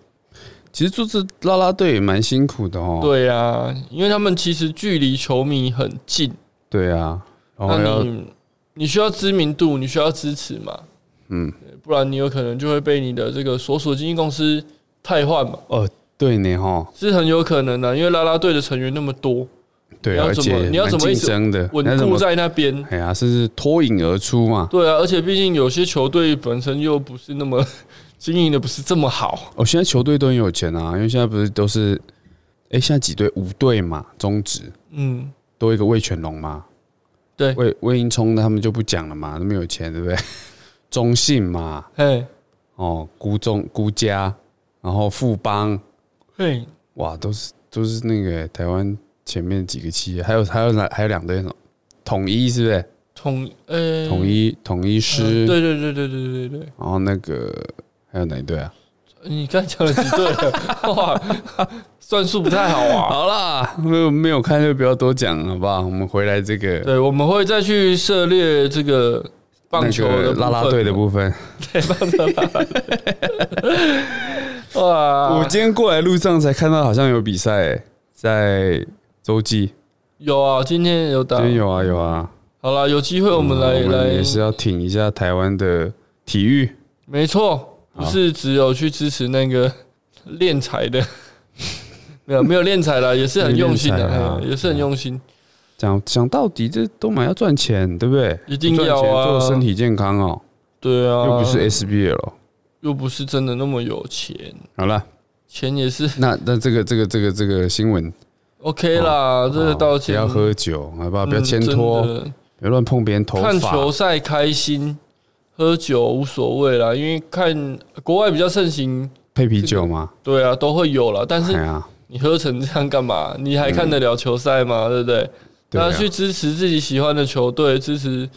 Speaker 2: 其实做这啦啦队也蛮辛苦的哦。
Speaker 1: 对呀、啊，因为他们其实距离球迷很近，
Speaker 2: 对啊，然后
Speaker 1: 那
Speaker 2: 要
Speaker 1: 你你需要知名度，你需要支持嘛，
Speaker 2: 嗯，
Speaker 1: 不然你有可能就会被你的这个所属经纪公司汰换嘛，
Speaker 2: 哦，对呢哈，
Speaker 1: 是很有可能的、啊因为啦啦队的成员那么
Speaker 2: *laughs*
Speaker 1: 多，
Speaker 2: 对，
Speaker 1: 你
Speaker 2: 啊
Speaker 1: 要
Speaker 2: 而
Speaker 1: 怎么
Speaker 2: 且
Speaker 1: 你要
Speaker 2: 蛮
Speaker 1: 怎么一
Speaker 2: 竞
Speaker 1: 直
Speaker 2: 争的，
Speaker 1: 稳
Speaker 2: 你要怎
Speaker 1: 固
Speaker 2: 么
Speaker 1: 在那边。
Speaker 2: 哎呀，甚至脱颖而出嘛。
Speaker 1: 对啊，而且毕竟有些球队本身又不是那么 *laughs* 经营的不是这么好，
Speaker 2: 哦，现在球队都很有钱啊，因为现在不是都是，哎，现在几队五队嘛，中职
Speaker 1: 嗯，
Speaker 2: 多一个魏全龙嘛，
Speaker 1: 对
Speaker 2: 魏魏英聪他们就不讲了嘛，那么有钱对不 *laughs* 对？中信嘛，
Speaker 1: 嘿，
Speaker 2: 哦，孤中孤家，然后富邦，
Speaker 1: 嘿，
Speaker 2: 哇，都是都是那个台湾前面几个企业，还有还有哪还有两队什么统一是不是？
Speaker 1: 统呃
Speaker 2: 统一统一师，
Speaker 1: 嗯对对对对对对对对，
Speaker 2: 然后那个还有哪一队啊？
Speaker 1: 你刚才讲了几队了？哇， *laughs* 算数不太好啊。
Speaker 2: 好啦，没有没有看就不要多讲，好不好？我们回来这个
Speaker 1: 对，我们会再去涉猎这个棒球
Speaker 2: 那
Speaker 1: 的
Speaker 2: 个啦啦队的部分。
Speaker 1: 分哇，
Speaker 2: 我今天过来路上才看到，好像有比赛、欸，在洲际，
Speaker 1: 有啊，今天有打
Speaker 2: 今，天有啊有啊。
Speaker 1: 好了，有机会我们来
Speaker 2: 嗯我
Speaker 1: 来
Speaker 2: 也，是要挺一下台湾的体育。
Speaker 1: 没错，不
Speaker 2: 好
Speaker 1: 是只有去支持那个 *laughs* 练财的， *laughs* 没有没有练财啦，也是很用心
Speaker 2: 练财
Speaker 1: 的哎
Speaker 2: 啊，
Speaker 1: 也是很用心，
Speaker 2: 讲讲到底，这都蛮要赚钱，对不对？
Speaker 1: 一定要啊
Speaker 2: 不赚钱做身体健康哦，
Speaker 1: 对啊，
Speaker 2: 又不是 SBL。
Speaker 1: 又不是真的那么有钱，
Speaker 2: 好了，
Speaker 1: 钱也是
Speaker 2: 那那这个这个这个这个新闻，
Speaker 1: OK 啦，这个
Speaker 2: 哦
Speaker 1: 道歉
Speaker 2: 不要喝酒，好不好？不要
Speaker 1: 嗯
Speaker 2: 牵
Speaker 1: 真
Speaker 2: 拖，
Speaker 1: 的
Speaker 2: 不要乱碰别人头
Speaker 1: 看
Speaker 2: 发
Speaker 1: 球。赛开心，喝酒无所谓啦，因为看国外比较盛行，
Speaker 2: 配啤酒嘛，
Speaker 1: 对啊，都会有啦。但
Speaker 2: 哎
Speaker 1: 是
Speaker 2: 呀，
Speaker 1: 你喝成这样干嘛？你还看得了球赛吗？对不对？
Speaker 2: 嗯对
Speaker 1: 大
Speaker 2: 啊
Speaker 1: 家去支持自己喜欢的球队，支持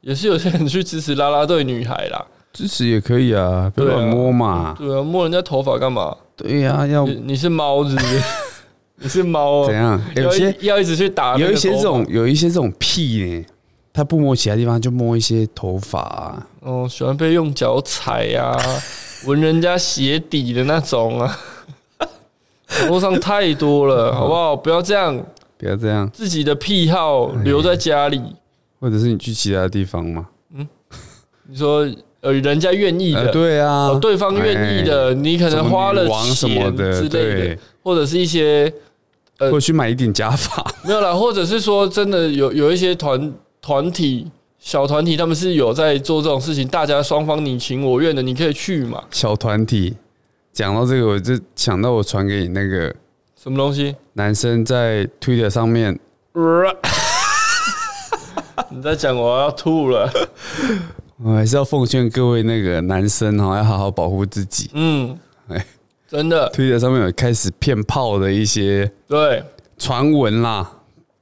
Speaker 1: 也是有些人去支持啦啦队女孩啦。
Speaker 2: 支持也可以啊，不
Speaker 1: 对
Speaker 2: 要
Speaker 1: 啊
Speaker 2: 乱摸嘛。
Speaker 1: 对啊，摸人家头发干嘛？
Speaker 2: 对呀，要
Speaker 1: 啊你你是猫是不是？ *laughs* 你是猫
Speaker 2: 嗯 *laughs* 怎
Speaker 1: 哦，
Speaker 2: 样？有
Speaker 1: 要
Speaker 2: 些
Speaker 1: 一要一直去打那个
Speaker 2: 有一些这
Speaker 1: 头
Speaker 2: 种有一些这种屁呢，他不摸其他地方，就摸一些头发啊。
Speaker 1: 发哦，喜欢被用脚踩
Speaker 2: *laughs*
Speaker 1: 啊，闻人家鞋底的那种啊。网络上太多
Speaker 2: 嗯
Speaker 1: 了，好不好？不要这样，
Speaker 2: 不要这样，
Speaker 1: 自己的癖好留在家
Speaker 2: 哎
Speaker 1: 里。
Speaker 2: 或者是你去其他地方嘛？
Speaker 1: 你说，呃，人家愿意
Speaker 2: 呃
Speaker 1: 的，
Speaker 2: 对啊
Speaker 1: 哦，，对方愿意的，你可
Speaker 2: 哎，什
Speaker 1: 能
Speaker 2: 么
Speaker 1: 花了
Speaker 2: 女王什么
Speaker 1: 钱之
Speaker 2: 的，
Speaker 1: 类的
Speaker 2: 对，，
Speaker 1: 或者是一些呃
Speaker 2: 或者去买一顶假发，
Speaker 1: 没有啦，或者是说真的有有一些团团体小团体，他们是有在做这种事情，大家双方你情我愿的，你可以去嘛。
Speaker 2: 小团体。讲到这个，我就想到我传给你那个
Speaker 1: 什么东西？
Speaker 2: 男生在 Twitter 上面，
Speaker 1: *laughs* 你在讲我要吐了。
Speaker 2: 我还是要奉劝各位那个男生哈、要好好保护自己。
Speaker 1: 嗯
Speaker 2: 哎，
Speaker 1: 真的，
Speaker 2: 推特上面有开始骗炮的一些
Speaker 1: 对，
Speaker 2: 传闻啦，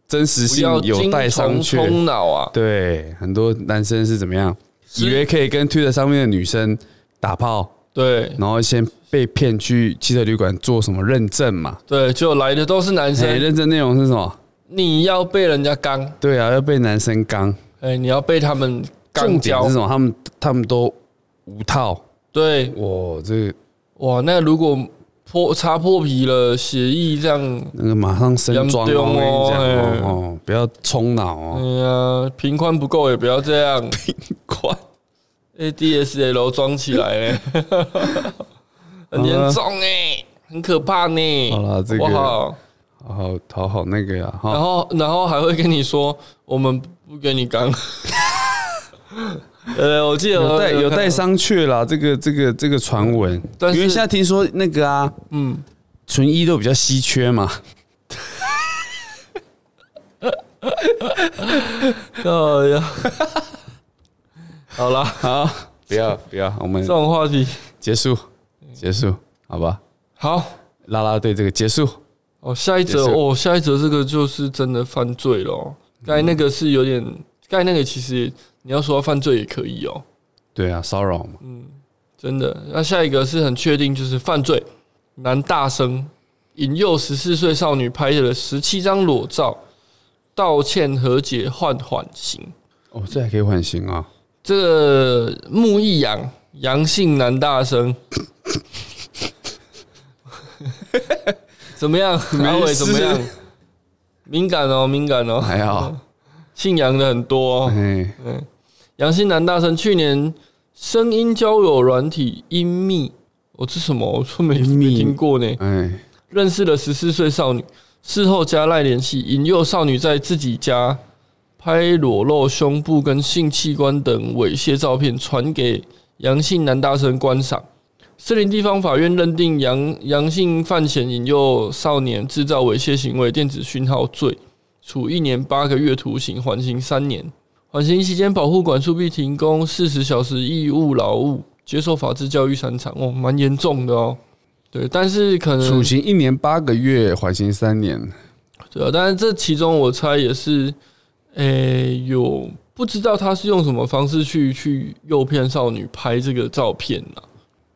Speaker 2: 真实
Speaker 1: 不
Speaker 2: 性
Speaker 1: 要
Speaker 2: 有
Speaker 1: 精
Speaker 2: 待商
Speaker 1: 虫
Speaker 2: 榷。
Speaker 1: 充脑啊，
Speaker 2: 对，很多男生是怎么样，
Speaker 1: 是
Speaker 2: 以为可以跟推特上面的女生打炮，
Speaker 1: 对
Speaker 2: 然后先被骗去汽车旅馆做什么认证嘛？
Speaker 1: 对，就来的都是男
Speaker 2: 哎，
Speaker 1: 生，
Speaker 2: 认证内容是什么？
Speaker 1: 你要被人家刚，
Speaker 2: 对啊，要被男生刚。
Speaker 1: 哎，你要被他们
Speaker 2: 重
Speaker 1: 刚
Speaker 2: 点
Speaker 1: 交
Speaker 2: 是，什么？他们他们都无套。
Speaker 1: 对，
Speaker 2: 哇，这个
Speaker 1: 哇，那如果破擦破皮了，协议这样，
Speaker 2: 那个马上升装哦，
Speaker 1: 严重哦
Speaker 2: 我跟你讲
Speaker 1: 哎
Speaker 2: 哦哦，不要冲脑
Speaker 1: 哎
Speaker 2: 哦，
Speaker 1: 呀，频宽不够也不要这样
Speaker 2: 快
Speaker 1: ，ADSL 装起来、 *laughs* 欸，很严重哎、很可怕呢、
Speaker 2: 好啦这个
Speaker 1: 好不好？
Speaker 2: 好好讨好那个呀
Speaker 1: 然
Speaker 2: 哈，
Speaker 1: 后，然后还会跟你说，我们不给你刚。 *laughs* 呃，我记得
Speaker 2: 有
Speaker 1: 我
Speaker 2: 待有
Speaker 1: 看到
Speaker 2: 待，商榷啦，这个这个这个传闻，
Speaker 1: 但是
Speaker 2: 因为现在听说那个啊，
Speaker 1: 嗯，
Speaker 2: 纯一都比较稀缺嘛，
Speaker 1: 哎呀，好啦，
Speaker 2: 好，不要不要，我们
Speaker 1: 这种话题
Speaker 2: 结束结束，好吧，
Speaker 1: 好。
Speaker 2: 啦啦队这个结束，
Speaker 1: 哦，下一则
Speaker 2: 也是
Speaker 1: 哦，下一则这个就是真的犯罪了哦。刚才那个是有点，刚才那个其实你要说他犯罪也可以哦，
Speaker 2: 对啊，骚扰嘛，
Speaker 1: 真的。那下一个是很确定，就是犯罪，男大生引诱十四岁少女拍了十七张裸照，道歉和解换缓刑。
Speaker 2: 哦，这还可以缓刑啊，
Speaker 1: 这个木易阳，阳性男大生，怎么样？阿伟怎么样
Speaker 2: 没？
Speaker 1: 敏感哦，敏感哦。
Speaker 2: 还好，
Speaker 1: 姓杨的很多、哦。
Speaker 2: 哎，
Speaker 1: 杨姓男大生去年声音交友软体音密，我、哦、这什么？我说没
Speaker 2: 音密
Speaker 1: 没听过呢。
Speaker 2: 哎，
Speaker 1: 认识了十四岁少女，事后加赖联系，引诱少女在自己家拍裸露胸部跟性器官等猥亵照片，传给杨姓男大生观赏。士林地方法院认定杨杨姓犯嫌引诱少年制造猥亵行为、电子讯号罪，处一年八个月徒刑，缓刑三年。缓刑期间，保护管束必提供四十小时义务劳务，接受法治教育三场。哦，蛮严重的哦。对，但是可能
Speaker 2: 处刑一年八个月，缓刑三年，
Speaker 1: 对啊，但是这其中我猜也是，诶、有不知道他是用什么方式去去诱骗少女拍这个照片呢、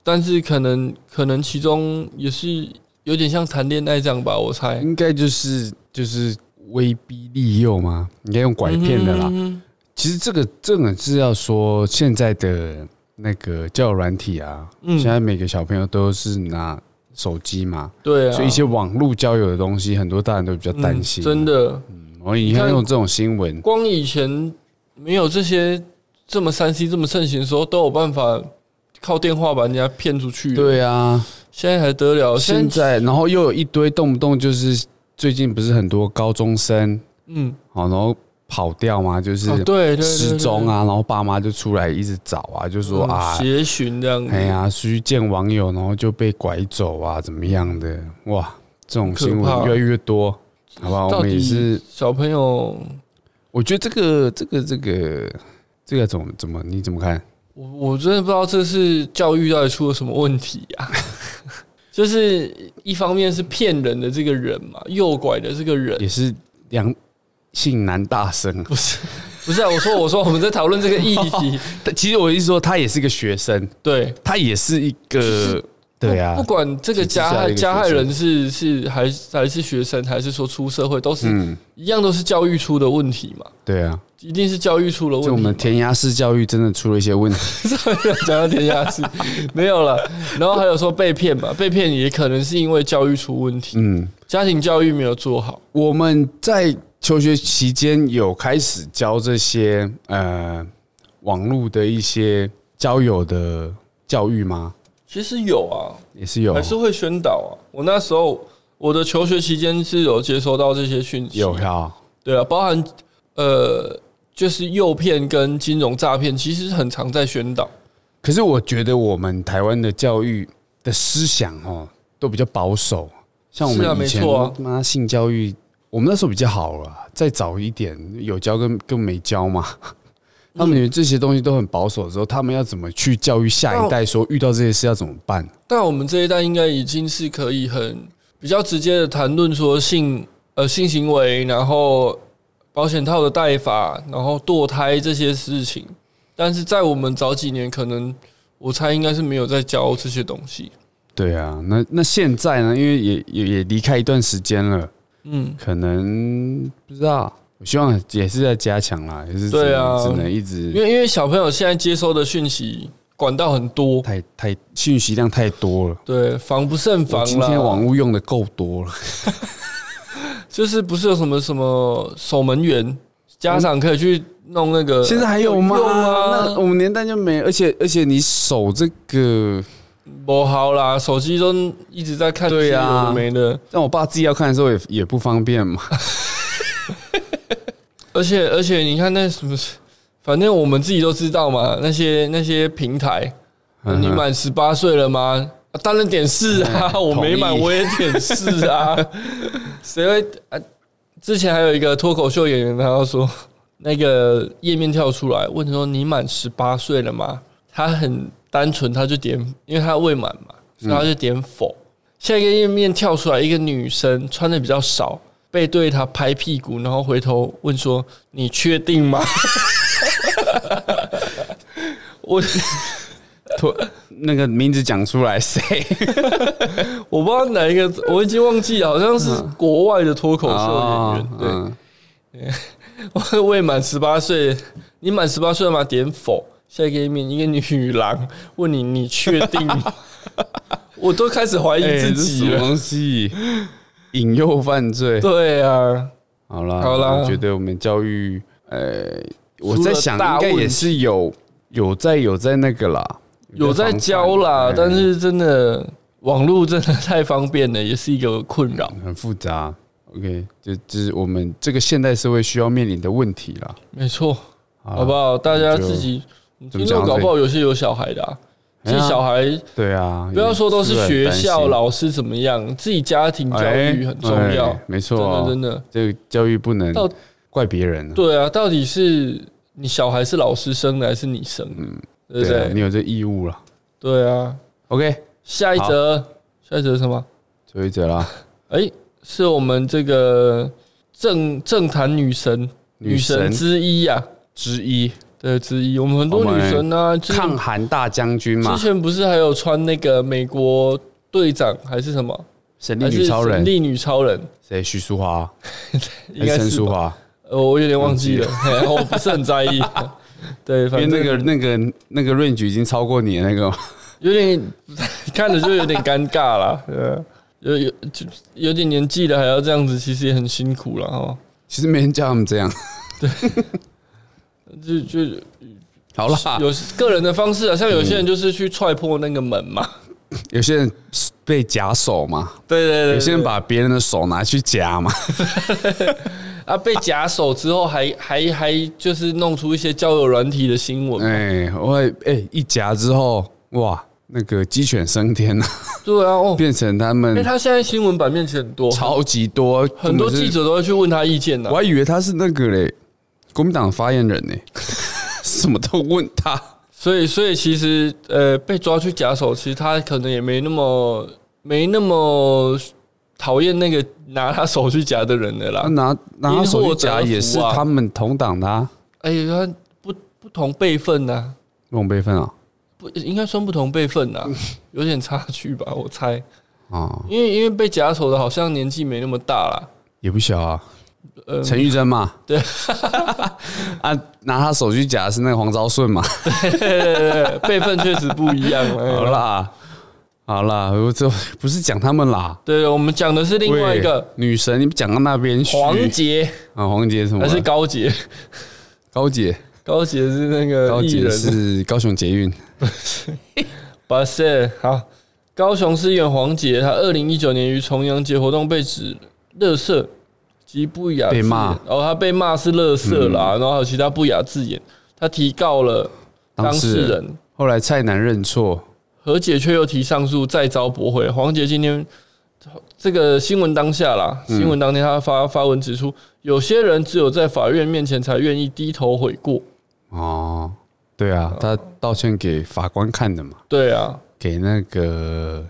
Speaker 1: 但是可能可能其中也是有点像谈恋爱这样吧，我猜。
Speaker 2: 应该就是就是威逼利诱嘛，应该用拐骗的啦。
Speaker 1: 嗯
Speaker 2: 其实这个这个是要说现在的那个交友软体啊，
Speaker 1: 嗯
Speaker 2: 现在每个小朋友都是拿手机嘛，
Speaker 1: 对啊，
Speaker 2: 所以一些网络交友的东西，很多大人都比较担心。
Speaker 1: 嗯
Speaker 2: 啊
Speaker 1: 真，的，
Speaker 2: 然后你看用这种新闻，
Speaker 1: 光以前没有这些这么三 C 这么盛行的时候，都有办法靠电话把人家骗出去。，
Speaker 2: 对啊，
Speaker 1: 现在还得了？
Speaker 2: 现
Speaker 1: 现在
Speaker 2: 在然后又有一堆动不动就是最近不是很多高中生，
Speaker 1: 嗯，
Speaker 2: 好，然后跑掉嘛，就是
Speaker 1: 哦对对对，对
Speaker 2: 失踪，啊，然后爸妈就出来一直找啊，就说
Speaker 1: 嗯
Speaker 2: 啊，
Speaker 1: 协寻这样子。
Speaker 2: 哎呀，去见网友，然后就被拐走啊，怎么样的？哇，这种新
Speaker 1: 可怕
Speaker 2: 闻越来越多，好吧？
Speaker 1: 到
Speaker 2: 我们也
Speaker 1: 底
Speaker 2: 是，
Speaker 1: 小朋友，
Speaker 2: 我觉得这个这个这个这个怎么怎么你怎么看？
Speaker 1: 我我真的不知道这是教育到底出了什么问题
Speaker 2: *laughs*
Speaker 1: 啊！就是一方面是骗人的这个人嘛，诱拐的这个人
Speaker 2: 也是良性男大生，
Speaker 1: 不是不是啊！我说我说我们在讨论这个议
Speaker 2: *laughs*
Speaker 1: 题，
Speaker 2: 但其实我意思说，他也是个学生，
Speaker 1: 对
Speaker 2: 他也是一个对啊
Speaker 1: 不，不管这个加害
Speaker 2: 体制
Speaker 1: 加
Speaker 2: 下
Speaker 1: 害
Speaker 2: 的一个学生
Speaker 1: 人是是还还是学生，还是说出社会，都是、
Speaker 2: 嗯，
Speaker 1: 一样，都是教育出的问题嘛，
Speaker 2: 对啊，
Speaker 1: 一定是教育出了问题
Speaker 2: 就我
Speaker 1: 嘛。
Speaker 2: 们填鸭式教育真的出了一些问题，
Speaker 1: *laughs* 讲到天下事，没有了。然后还有说被骗吧，被骗也可能是因为教育出问题，
Speaker 2: 嗯。
Speaker 1: 家庭教育没有做好。
Speaker 2: 我们在求学期间有开始教这些呃网络的一些交友的教育吗？
Speaker 1: 其实有啊，
Speaker 2: 也是有
Speaker 1: 还，是会宣导啊。我那时候我的求学期间是有接收到这些讯息，
Speaker 2: 有哈，
Speaker 1: 对啊，包含呃，就是诱骗跟金融诈骗，其实很常在宣导。
Speaker 2: 可是我觉得我们台湾的教育的思想哦，都比较保守。像我
Speaker 1: 是啊
Speaker 2: 们
Speaker 1: 没
Speaker 2: 以前
Speaker 1: 错啊
Speaker 2: 妈性教啊育，我们那时候比较好了，再早一点有教跟跟没教嘛。他们这些东西都很保守的时候，他们要怎么去教育下一
Speaker 1: 嗯
Speaker 2: 代？说遇到这些事要怎么办？
Speaker 1: 但我们这一代应该已经是可以很比较直接的谈论说性呃性行为，然后保险套的戴法，然后堕胎这些事情。但是在我们早几年，可能我猜应该是没有在教这些东西。
Speaker 2: 对啊，那那现在呢？因为也也也离开一段时间了，
Speaker 1: 嗯，
Speaker 2: 可能不知道。我希望也是在加强啦，也是只能
Speaker 1: 对啊
Speaker 2: 只能一
Speaker 1: 因
Speaker 2: 直
Speaker 1: 为因为小朋友现在接收的讯息管道很多，
Speaker 2: 太太信息量太多了。
Speaker 1: 对，防不胜防
Speaker 2: 我
Speaker 1: 啦。
Speaker 2: 今天网络用的够多了，
Speaker 1: 就是不是有什么什么守门员，家长可以去弄那个，
Speaker 2: 现在还呃有吗？
Speaker 1: 有啊
Speaker 2: 那我们年代就没，而且而且你守这个，
Speaker 1: 不好啦，手机都一直在看，
Speaker 2: 对啊
Speaker 1: 没的。
Speaker 2: 但我爸自己要看的时候也也不方便 *laughs* 嘛。
Speaker 1: 而且而且你看那什么，反正我们自己都知道嘛，那些那些平台，
Speaker 2: 嗯
Speaker 1: 你满十八岁了吗？啊当然点是啊，
Speaker 2: 哎
Speaker 1: 我没
Speaker 2: 同意
Speaker 1: 满我也点是
Speaker 2: *laughs*
Speaker 1: 啊，谁会啊？之前还有一个脱口秀演员，他要说那个页面跳出来问说你满十八岁了吗？他很单纯，他就点，因为他未满嘛，
Speaker 2: 嗯
Speaker 1: 所以他就点否。下一个页面跳出来一个女生，穿的比较少，背对他拍屁股，然后回头问说：“你确定吗？”我
Speaker 2: 突那个名字讲出来， *laughs* 谁？
Speaker 1: 我不知道哪一个，我已经忘记了，好像是国外的脱口秀演员。对，
Speaker 2: 嗯
Speaker 1: 我 *laughs* 未满十八岁，你满十八岁了吗？点否。下一个页面，一个女郎问你：“你确定
Speaker 2: *laughs*
Speaker 1: 吗？”我都开始怀疑自
Speaker 2: 哎，这哎是
Speaker 1: 己
Speaker 2: 什么
Speaker 1: 了。
Speaker 2: 东西？引诱犯罪。
Speaker 1: 对啊，
Speaker 2: 好啦，
Speaker 1: 好啦
Speaker 2: 我觉得我们教育，呃，我
Speaker 1: 出了
Speaker 2: 在想，
Speaker 1: 大
Speaker 2: 应该
Speaker 1: 问
Speaker 2: 也是有有在有在那个啦，
Speaker 1: 有在
Speaker 2: 防范
Speaker 1: 教啦
Speaker 2: 哎，
Speaker 1: 但是真的网络真的太方便了，也是一个困扰。
Speaker 2: 很复杂。OK，这这是我们这个现代社会需要面临的问题啦。
Speaker 1: 没错，
Speaker 2: 好
Speaker 1: 好不
Speaker 2: 吧，
Speaker 1: 好？大家自己
Speaker 2: 怎
Speaker 1: 听
Speaker 2: 么讲
Speaker 1: 众搞不好有些有小孩的、啊，自
Speaker 2: 对
Speaker 1: 己小孩
Speaker 2: 对啊，
Speaker 1: 不要说都是
Speaker 2: 也
Speaker 1: 学
Speaker 2: 很担心
Speaker 1: 校、老师怎么样，自己家庭教育很重
Speaker 2: 哎
Speaker 1: 要
Speaker 2: 哎，没错
Speaker 1: 真的
Speaker 2: 哦，
Speaker 1: 真的。
Speaker 2: 这个教育不能
Speaker 1: 到
Speaker 2: 怪别人啊，
Speaker 1: 对啊，到底是你小孩是老师生的还是你生的？对不
Speaker 2: 对啊，你
Speaker 1: 对？
Speaker 2: 有这义务了。
Speaker 1: 对啊，
Speaker 2: OK，
Speaker 1: 下一则，下一则是什么？
Speaker 2: 最后一则啦，
Speaker 1: 哎，是我们这个政政坛女神女神之一啊，
Speaker 2: 之一，
Speaker 1: 对之一。我们很多
Speaker 2: 我
Speaker 1: 女
Speaker 2: 们
Speaker 1: 神啊，之
Speaker 2: 抗韩大将军嘛
Speaker 1: 之，前不是还有穿那个美国队长还是什么？
Speaker 2: 神力
Speaker 1: 还
Speaker 2: 女
Speaker 1: 是
Speaker 2: 超
Speaker 1: 神
Speaker 2: 人，
Speaker 1: 力女超人？
Speaker 2: 谁？徐淑华，
Speaker 1: 应
Speaker 2: 还是
Speaker 1: 该
Speaker 2: 陈
Speaker 1: 是
Speaker 2: 淑
Speaker 1: 吧？
Speaker 2: 华？
Speaker 1: 呃，我有点忘记
Speaker 2: *laughs*
Speaker 1: 了，嘿我不是很在意。对，
Speaker 2: 因为
Speaker 1: 反
Speaker 2: 那个
Speaker 1: 正
Speaker 2: 那个那个 range 已经超过你的那个 *laughs* 嘛，
Speaker 1: 有点看着就有点尴尬啦。 *laughs* 呃，有有就有点年纪了，还要这样子，其实也很辛苦了哈。
Speaker 2: 其实没人叫他们这样。
Speaker 1: 就就啊
Speaker 2: 好啦，
Speaker 1: 有个人的方式啊，像有些人就是去踹破那个门嘛，
Speaker 2: 有些人被夹手嘛，
Speaker 1: *laughs* 对对对，
Speaker 2: 有些人
Speaker 1: 对
Speaker 2: 把别人的手拿去夹
Speaker 1: *laughs*
Speaker 2: 嘛，
Speaker 1: 啊被夹手之后还还还就是弄出一些交友软体的新闻，
Speaker 2: 哎，我哎一夹之后，哇，那个鸡犬升天啊，
Speaker 1: 对啊哦，
Speaker 2: 变成他
Speaker 1: 因为
Speaker 2: 们
Speaker 1: 他现在新闻版面其实很多，
Speaker 2: 超级多，
Speaker 1: 很多
Speaker 2: 根本
Speaker 1: 记，
Speaker 2: 是
Speaker 1: 者都会去问他意见啊的
Speaker 2: 我，还以为他是那个嘞，国民党发言人呢， *laughs* 什么都问他，
Speaker 1: 所以所以其实呃被抓去夹手，其实他可能也没那么没那么讨厌那个拿他手去夹的人的
Speaker 2: 他
Speaker 1: 啦，
Speaker 2: 啊拿拿他手去夹
Speaker 1: 因祸得福啊
Speaker 2: 也是他们同党的啊，
Speaker 1: 哎呀他不不同辈分呐、
Speaker 2: 那种辈分啊，
Speaker 1: 不应该算不同辈分啊，有点差距吧，我猜。
Speaker 2: 啊，
Speaker 1: 因为因为被夹手的好像年纪没那么大啦，
Speaker 2: 也不小啊。
Speaker 1: 呃，
Speaker 2: 陈玉珍嘛，
Speaker 1: 对，
Speaker 2: *laughs* 啊，拿他手去夹的是那个黄昭顺嘛，
Speaker 1: 辈分确实不 *laughs* 一样哎了。
Speaker 2: 好啦，好啦，我这不是讲他们啦，
Speaker 1: 对，我们讲的是另外一个
Speaker 2: 喂女神，你讲到那边去，
Speaker 1: 黄杰
Speaker 2: 啊，黄杰什么
Speaker 1: 还
Speaker 2: 啦？
Speaker 1: 是高杰？
Speaker 2: 高姐，
Speaker 1: 高杰是那个
Speaker 2: 高
Speaker 1: 呃艺
Speaker 2: 姐
Speaker 1: 人，
Speaker 2: 是高雄捷运，
Speaker 1: 不是好。高雄市议员黄杰，他二零一九年于重阳节活动被指乐色及不雅字眼
Speaker 2: 被骂嗯
Speaker 1: 哦，他被骂是乐色啦，然后还有其他不雅字眼，他提告了当
Speaker 2: 当事
Speaker 1: 事
Speaker 2: 人
Speaker 1: 人，
Speaker 2: 后来蔡南认错，
Speaker 1: 和解却又提上诉，再遭驳回。黄杰今天这个新闻当下啦，
Speaker 2: 嗯
Speaker 1: 新闻当天他发发文指出，有些人只有在法院面前才愿意低头悔过，
Speaker 2: 哦，对啊，他道歉给法官看的嘛，
Speaker 1: 对啊，
Speaker 2: 给那个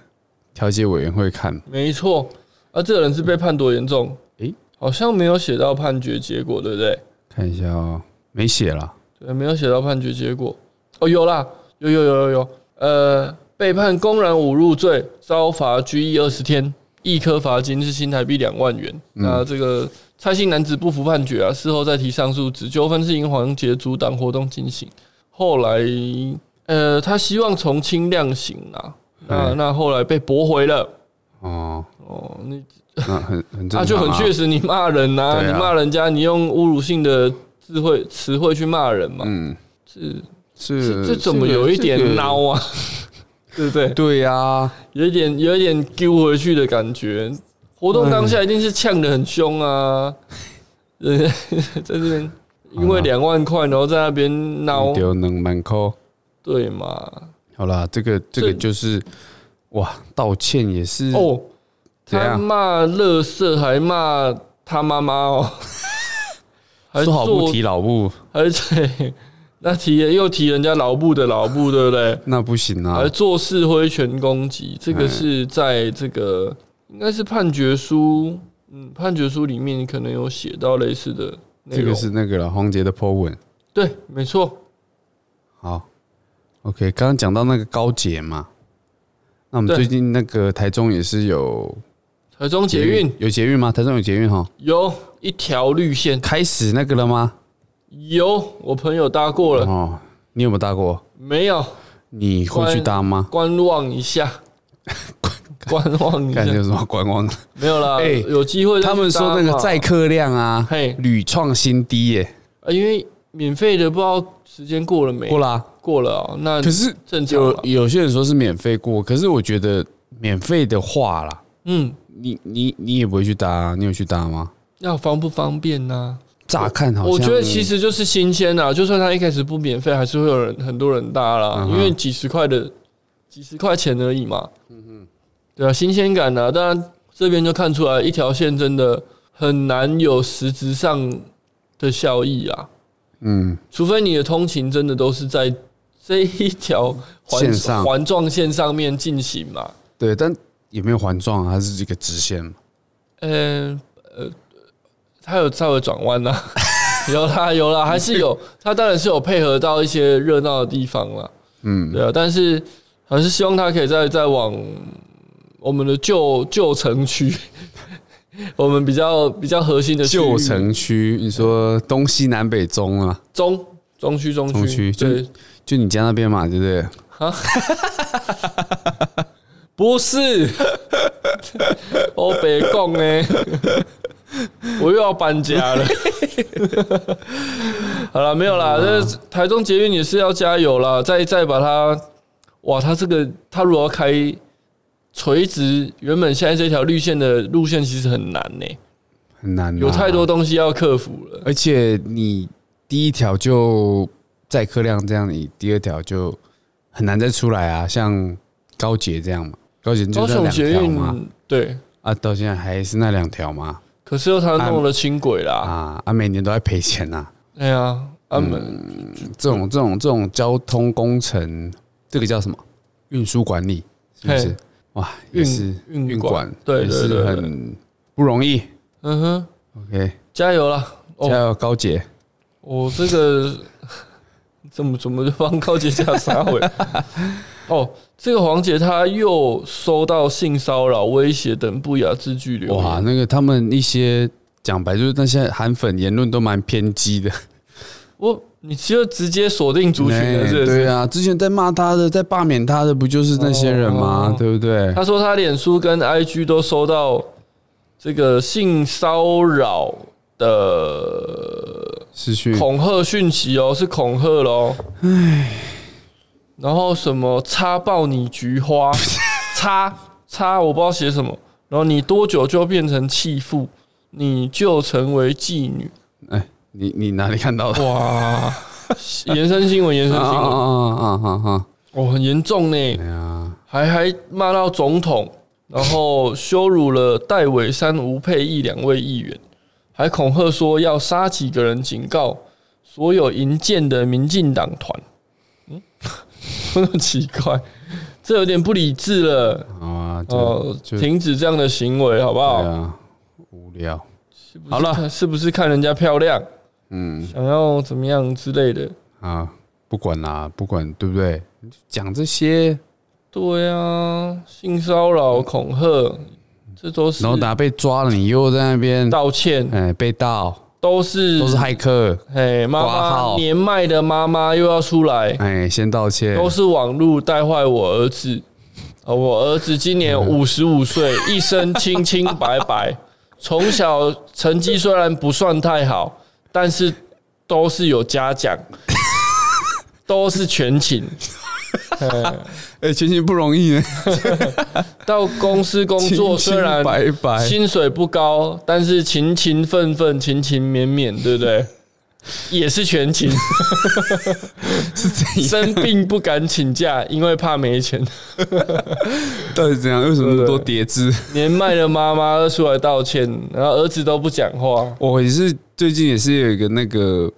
Speaker 2: 调解委员会看。
Speaker 1: 没错。啊，这个人是被判多严重？
Speaker 2: 诶
Speaker 1: 好像没有写到判决结果，对不对？
Speaker 2: 看一下哦，没写了。
Speaker 1: 对，没有写到判决结果。哦，有啦，有有有有有，呃，被判公然侮辱罪，遭罚拘役二十天，一科罚金是新台币两万元。那这个蔡姓男子不服判决啊，事后再提上诉，指纠纷是因黄杰阻挡活动进行。后来，呃，他希望从轻量刑啊，那
Speaker 2: 嗯
Speaker 1: 那后来被驳回了。
Speaker 2: 哦，
Speaker 1: 哦，你
Speaker 2: 那很很正常
Speaker 1: 啊，就很确
Speaker 2: 实。
Speaker 1: 实，你骂人呐、
Speaker 2: 对
Speaker 1: 你
Speaker 2: 啊
Speaker 1: 骂人家，你用侮辱性的智慧词汇去骂人嘛，
Speaker 2: 嗯，
Speaker 1: 是
Speaker 2: 是
Speaker 1: 这这怎么有一点孬？啊？ *laughs* 对不对
Speaker 2: 这个？对呀，
Speaker 1: 有一点有一点丢回去的感觉。活动当下一定是呛得很凶啊，呃， *laughs* 在这边因为两万块，然后在那边孬，
Speaker 2: 丢能满扣。
Speaker 1: 对嘛？
Speaker 2: 好啦，这个这
Speaker 1: 这
Speaker 2: 个就是哇，道歉也是
Speaker 1: 哦，
Speaker 2: 怎
Speaker 1: 他
Speaker 2: 样
Speaker 1: 骂乐色，还骂他妈妈
Speaker 2: *laughs*
Speaker 1: 哦，还
Speaker 2: 说好不
Speaker 1: 做
Speaker 2: 提老布，
Speaker 1: 而且那提人又提人家老布的老布，对不对？
Speaker 2: 那不行啊哎
Speaker 1: 而。做事挥拳攻击，这个是在这个应该是判决书，嗯，判决书里面可能有写到类似的内
Speaker 2: 这
Speaker 1: 容。
Speaker 2: 个是那个了，黄杰的 po 文。
Speaker 1: 对，没错，
Speaker 2: 好，OK，刚刚讲到那个高捷嘛，那我们
Speaker 1: 对
Speaker 2: 最近那个台中也是有
Speaker 1: 台中捷运
Speaker 2: 有捷运吗？台中有捷运哈，
Speaker 1: 有一条绿线，
Speaker 2: 开始那个了吗？
Speaker 1: 有我朋友搭过了，
Speaker 2: 哦，你有没有搭过？
Speaker 1: 没有
Speaker 2: 你会去搭吗？
Speaker 1: 观望一
Speaker 2: *laughs*
Speaker 1: 下，观望一
Speaker 2: 感觉
Speaker 1: 下，
Speaker 2: 有什么观光？
Speaker 1: 没有啦，
Speaker 2: 哎
Speaker 1: 有机会再去
Speaker 2: 他们说那
Speaker 1: 搭
Speaker 2: 个
Speaker 1: 嘛
Speaker 2: 载客量啊，
Speaker 1: 嘿，
Speaker 2: 屡创新低耶，
Speaker 1: 啊因为免费的不知道时间过了没，
Speaker 2: 过啦。
Speaker 1: 过了哦，那
Speaker 2: 可是
Speaker 1: 正常啊
Speaker 2: 有
Speaker 1: 啦
Speaker 2: 有些人说是免费过，可是我觉得免费的话啦，
Speaker 1: 嗯，
Speaker 2: 你你你也不会去搭、啊，你有去搭吗？
Speaker 1: 要方不方便呢、
Speaker 2: 乍看好像嗯
Speaker 1: 我觉得其实就是新鲜啊，就算他一开始不免费，还是会有人很多人搭啦
Speaker 2: 嗯，哼
Speaker 1: 因为几十块的几十块钱而已嘛。嗯对啊，新鲜感啊，当然这边就看出来一条线真的很难有实质上的效益啊，
Speaker 2: 嗯，
Speaker 1: 除非你的通勤真的都是在这一条环
Speaker 2: 线上
Speaker 1: 环状线上面进行嘛。
Speaker 2: 对，但也没有环状、啊，它是一个直线嘛。
Speaker 1: 嗯呃，他有稍微转弯呐， *laughs* 有啦有啦，还是有，他当然是有配合到一些热闹的地方啦，
Speaker 2: 嗯，
Speaker 1: 对啊，但是还是希望他可以再再往我们的旧旧城区，我们比较比较核心的区域
Speaker 2: 旧城区，你说东西南北中啊，
Speaker 1: 中中区中
Speaker 2: 中
Speaker 1: 区
Speaker 2: 区就
Speaker 1: 对，
Speaker 2: 就你家那边嘛，对不对？
Speaker 1: 不是，我北贡呢，我又要搬家了。好了，没有啦，这、
Speaker 2: 嗯
Speaker 1: 台中捷运也是要加油啦，再再把它，哇，它这个它如果要开垂直，原本现在这条绿线的路线其实很难呢、
Speaker 2: 很难、啊，
Speaker 1: 有太多东西要克服了。
Speaker 2: 而且你第一条就载客量这样，你第二条就很难再出来啊。像高捷这样嘛，高捷就
Speaker 1: 高
Speaker 2: 是
Speaker 1: 雄
Speaker 2: 那
Speaker 1: 捷
Speaker 2: 两条嘛，
Speaker 1: 运对，
Speaker 2: 啊，到现在还是那两条嘛，
Speaker 1: 可是又它弄了轻轨啦，
Speaker 2: 啊嗯啊，每年都在赔钱呐、
Speaker 1: 哎呀，啊门、
Speaker 2: 这
Speaker 1: 嗯
Speaker 2: 种这种这种交通工程，这个叫什么？运输管理是不是
Speaker 1: 嘿？
Speaker 2: 哇，也是
Speaker 1: 运运
Speaker 2: 运
Speaker 1: 管
Speaker 2: 管，
Speaker 1: 对
Speaker 2: 也
Speaker 1: 对对
Speaker 2: 是
Speaker 1: 对，
Speaker 2: 很不容易。
Speaker 1: 嗯哼，
Speaker 2: OK，
Speaker 1: 加油啦！哦
Speaker 2: 加油，高捷！
Speaker 1: 我这个怎么怎么就帮高姐讲撒
Speaker 2: *laughs*
Speaker 1: 回？哦，这个黄姐她又收到性骚扰、威胁等不雅字句留
Speaker 2: 哇，
Speaker 1: 言，
Speaker 2: 那个他们一些讲白就是那些韩粉言论都蛮偏激的，
Speaker 1: 我你就直接锁定族群了，
Speaker 2: 哎
Speaker 1: 是不
Speaker 2: 对
Speaker 1: 是？
Speaker 2: 啊，之前在骂他的，在罢免他的，不就是那些人吗
Speaker 1: 哦？
Speaker 2: 对不对？
Speaker 1: 她说她脸书跟 IG 都收到这个性骚扰的
Speaker 2: 失去
Speaker 1: 恐吓讯息哦，是恐吓喽。然后什么插爆你菊花，插插我不知道写什么。然后你多久就变成弃妇，你就成为妓女。
Speaker 2: 哎，你你哪里看到的？
Speaker 1: 哇，延伸新闻，延伸
Speaker 2: 啊
Speaker 1: 新
Speaker 2: 啊
Speaker 1: 闻，
Speaker 2: 啊啊啊啊！
Speaker 1: 哦，很严重呢，
Speaker 2: 哎呀，
Speaker 1: 还还骂到总统，然后羞辱了戴伟山、吴佩义两位议员，还恐吓说要杀几个人，警告所有营建的民进党团， *laughs* 嗯，那么奇怪，这有点不理智了。
Speaker 2: 好啊，
Speaker 1: 哦
Speaker 2: 就，就对
Speaker 1: 停止这样的行为，好不好？
Speaker 2: 啊，无聊。
Speaker 1: 是不是
Speaker 2: 好了
Speaker 1: 看，是不是看人家漂亮，
Speaker 2: 嗯，
Speaker 1: 想要怎么样之类的？
Speaker 2: 啊，不管啦、不管，对不对？讲这些，
Speaker 1: 对啊，性骚扰、恐吓，这都是
Speaker 2: 然后等下被抓了，你又在那边，
Speaker 1: 道歉，
Speaker 2: 哎，被盗，
Speaker 1: 都是
Speaker 2: 都是骇客，
Speaker 1: 哎，妈
Speaker 2: 挂
Speaker 1: 妈
Speaker 2: 号
Speaker 1: 年迈的妈妈又要出来，
Speaker 2: 哎，先道歉，
Speaker 1: 都是网络带坏我儿子。呃，我儿子今
Speaker 2: 哎
Speaker 1: 年五十五岁， *laughs* 一身清清白白，从小成绩虽然不算太好，但是都是有嘉
Speaker 2: *laughs*
Speaker 1: 奖，都是全勤。哎
Speaker 2: 哎，前行不容易呢，
Speaker 1: 到公司工作虽然
Speaker 2: 清清白白，
Speaker 1: 薪水不高，但是勤勤奋奋、勤勤勉勉，对不
Speaker 2: *laughs*
Speaker 1: 对？也是全勤，
Speaker 2: 是怎样？
Speaker 1: 生病不敢请假，因为怕没
Speaker 2: *laughs*
Speaker 1: 钱。
Speaker 2: 到底怎样？为什么那么多叠字？
Speaker 1: 年迈的妈妈都出来道歉，然后儿子都不讲话，
Speaker 2: 我也是最近也是有一个那个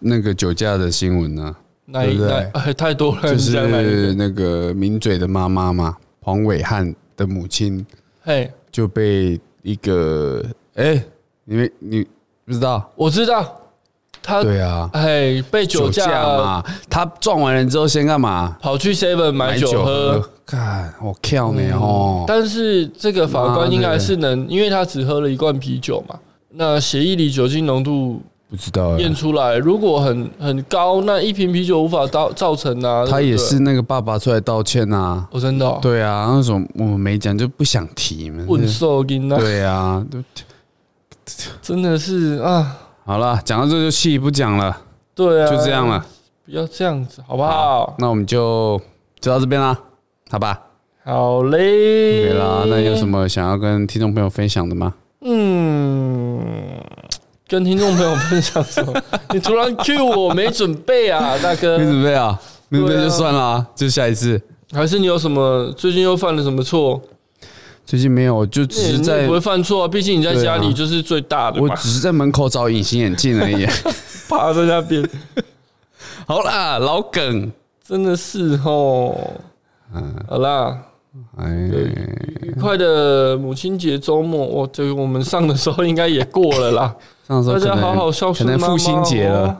Speaker 2: 那个酒驾的新闻呢、
Speaker 1: 那
Speaker 2: 对不对
Speaker 1: 那、哎、太多了，
Speaker 2: 就
Speaker 1: 你讲哪一
Speaker 2: 是
Speaker 1: 个
Speaker 2: 那个名嘴的妈妈嘛，黄伟汉的母亲
Speaker 1: 嘿，
Speaker 2: 就被一个哎、你们你不知道？
Speaker 1: 我知道他
Speaker 2: 对啊，
Speaker 1: 哎被酒驾
Speaker 2: 嘛，他撞完人之后先干嘛？
Speaker 1: 跑去 Seven 买酒
Speaker 2: 哦
Speaker 1: 喝，，嗯
Speaker 2: 看我跳你哦！
Speaker 1: 但是这个法官
Speaker 2: 妈的
Speaker 1: 应该是能，因为他只喝了一罐啤酒嘛。那协议里酒精浓度
Speaker 2: 不知道欸，
Speaker 1: 验出来，如果很很高，那一瓶啤酒无法造造成啊。
Speaker 2: 他也
Speaker 1: 对不对
Speaker 2: 是，那个爸爸出来道歉啊。
Speaker 1: 我真的哦
Speaker 2: 对啊，那种我们没讲就不想提嘛。
Speaker 1: 问受金啊，
Speaker 2: 对啊，都
Speaker 1: 真的是啊，
Speaker 2: 好了，讲到这就戏不讲了，
Speaker 1: 对啊，
Speaker 2: 就这样，了。
Speaker 1: 不要这样子，好不好？
Speaker 2: 那我们就就到这边啦，好吧？
Speaker 1: 好嘞，
Speaker 2: 对啦，那有什么想要跟听众朋友分享的吗？
Speaker 1: 嗯，跟听众朋友分享什
Speaker 2: *laughs*
Speaker 1: 么？你突然 Q 我没准备啊，大
Speaker 2: 没
Speaker 1: 哥，
Speaker 2: 准备啊，没准备就算了啊，就下一次。
Speaker 1: 还是你有什么最近又犯了什么错？
Speaker 2: 最近没有，就只
Speaker 1: 你
Speaker 2: 是
Speaker 1: 你也
Speaker 2: 在
Speaker 1: 不，会犯错啊，毕竟你在家
Speaker 2: 对
Speaker 1: 里
Speaker 2: 啊
Speaker 1: 就是最大的
Speaker 2: 我
Speaker 1: 嘛，
Speaker 2: 只是在门口找隐形眼镜
Speaker 1: *laughs*
Speaker 2: 而已。
Speaker 1: 趴在那边，
Speaker 2: 好啦，老梗，
Speaker 1: 真的是哦。
Speaker 2: 嗯
Speaker 1: 好啦，
Speaker 2: 哎，
Speaker 1: 愉快的母亲节周末，我这个我们上的时候应该也过了
Speaker 2: *laughs*
Speaker 1: 啦，
Speaker 2: 上
Speaker 1: 大
Speaker 2: 周可
Speaker 1: 家好好
Speaker 2: 能
Speaker 1: 孝
Speaker 2: 可
Speaker 1: 顺妈
Speaker 2: 能
Speaker 1: 妈、哦。
Speaker 2: 父亲节了，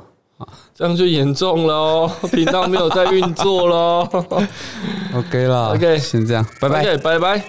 Speaker 1: 这样就严重了哦， *laughs* 频道没有在运作喽。
Speaker 2: ，OK 啦
Speaker 1: OK
Speaker 2: *laughs* 先这样，拜拜。
Speaker 1: OK，拜拜。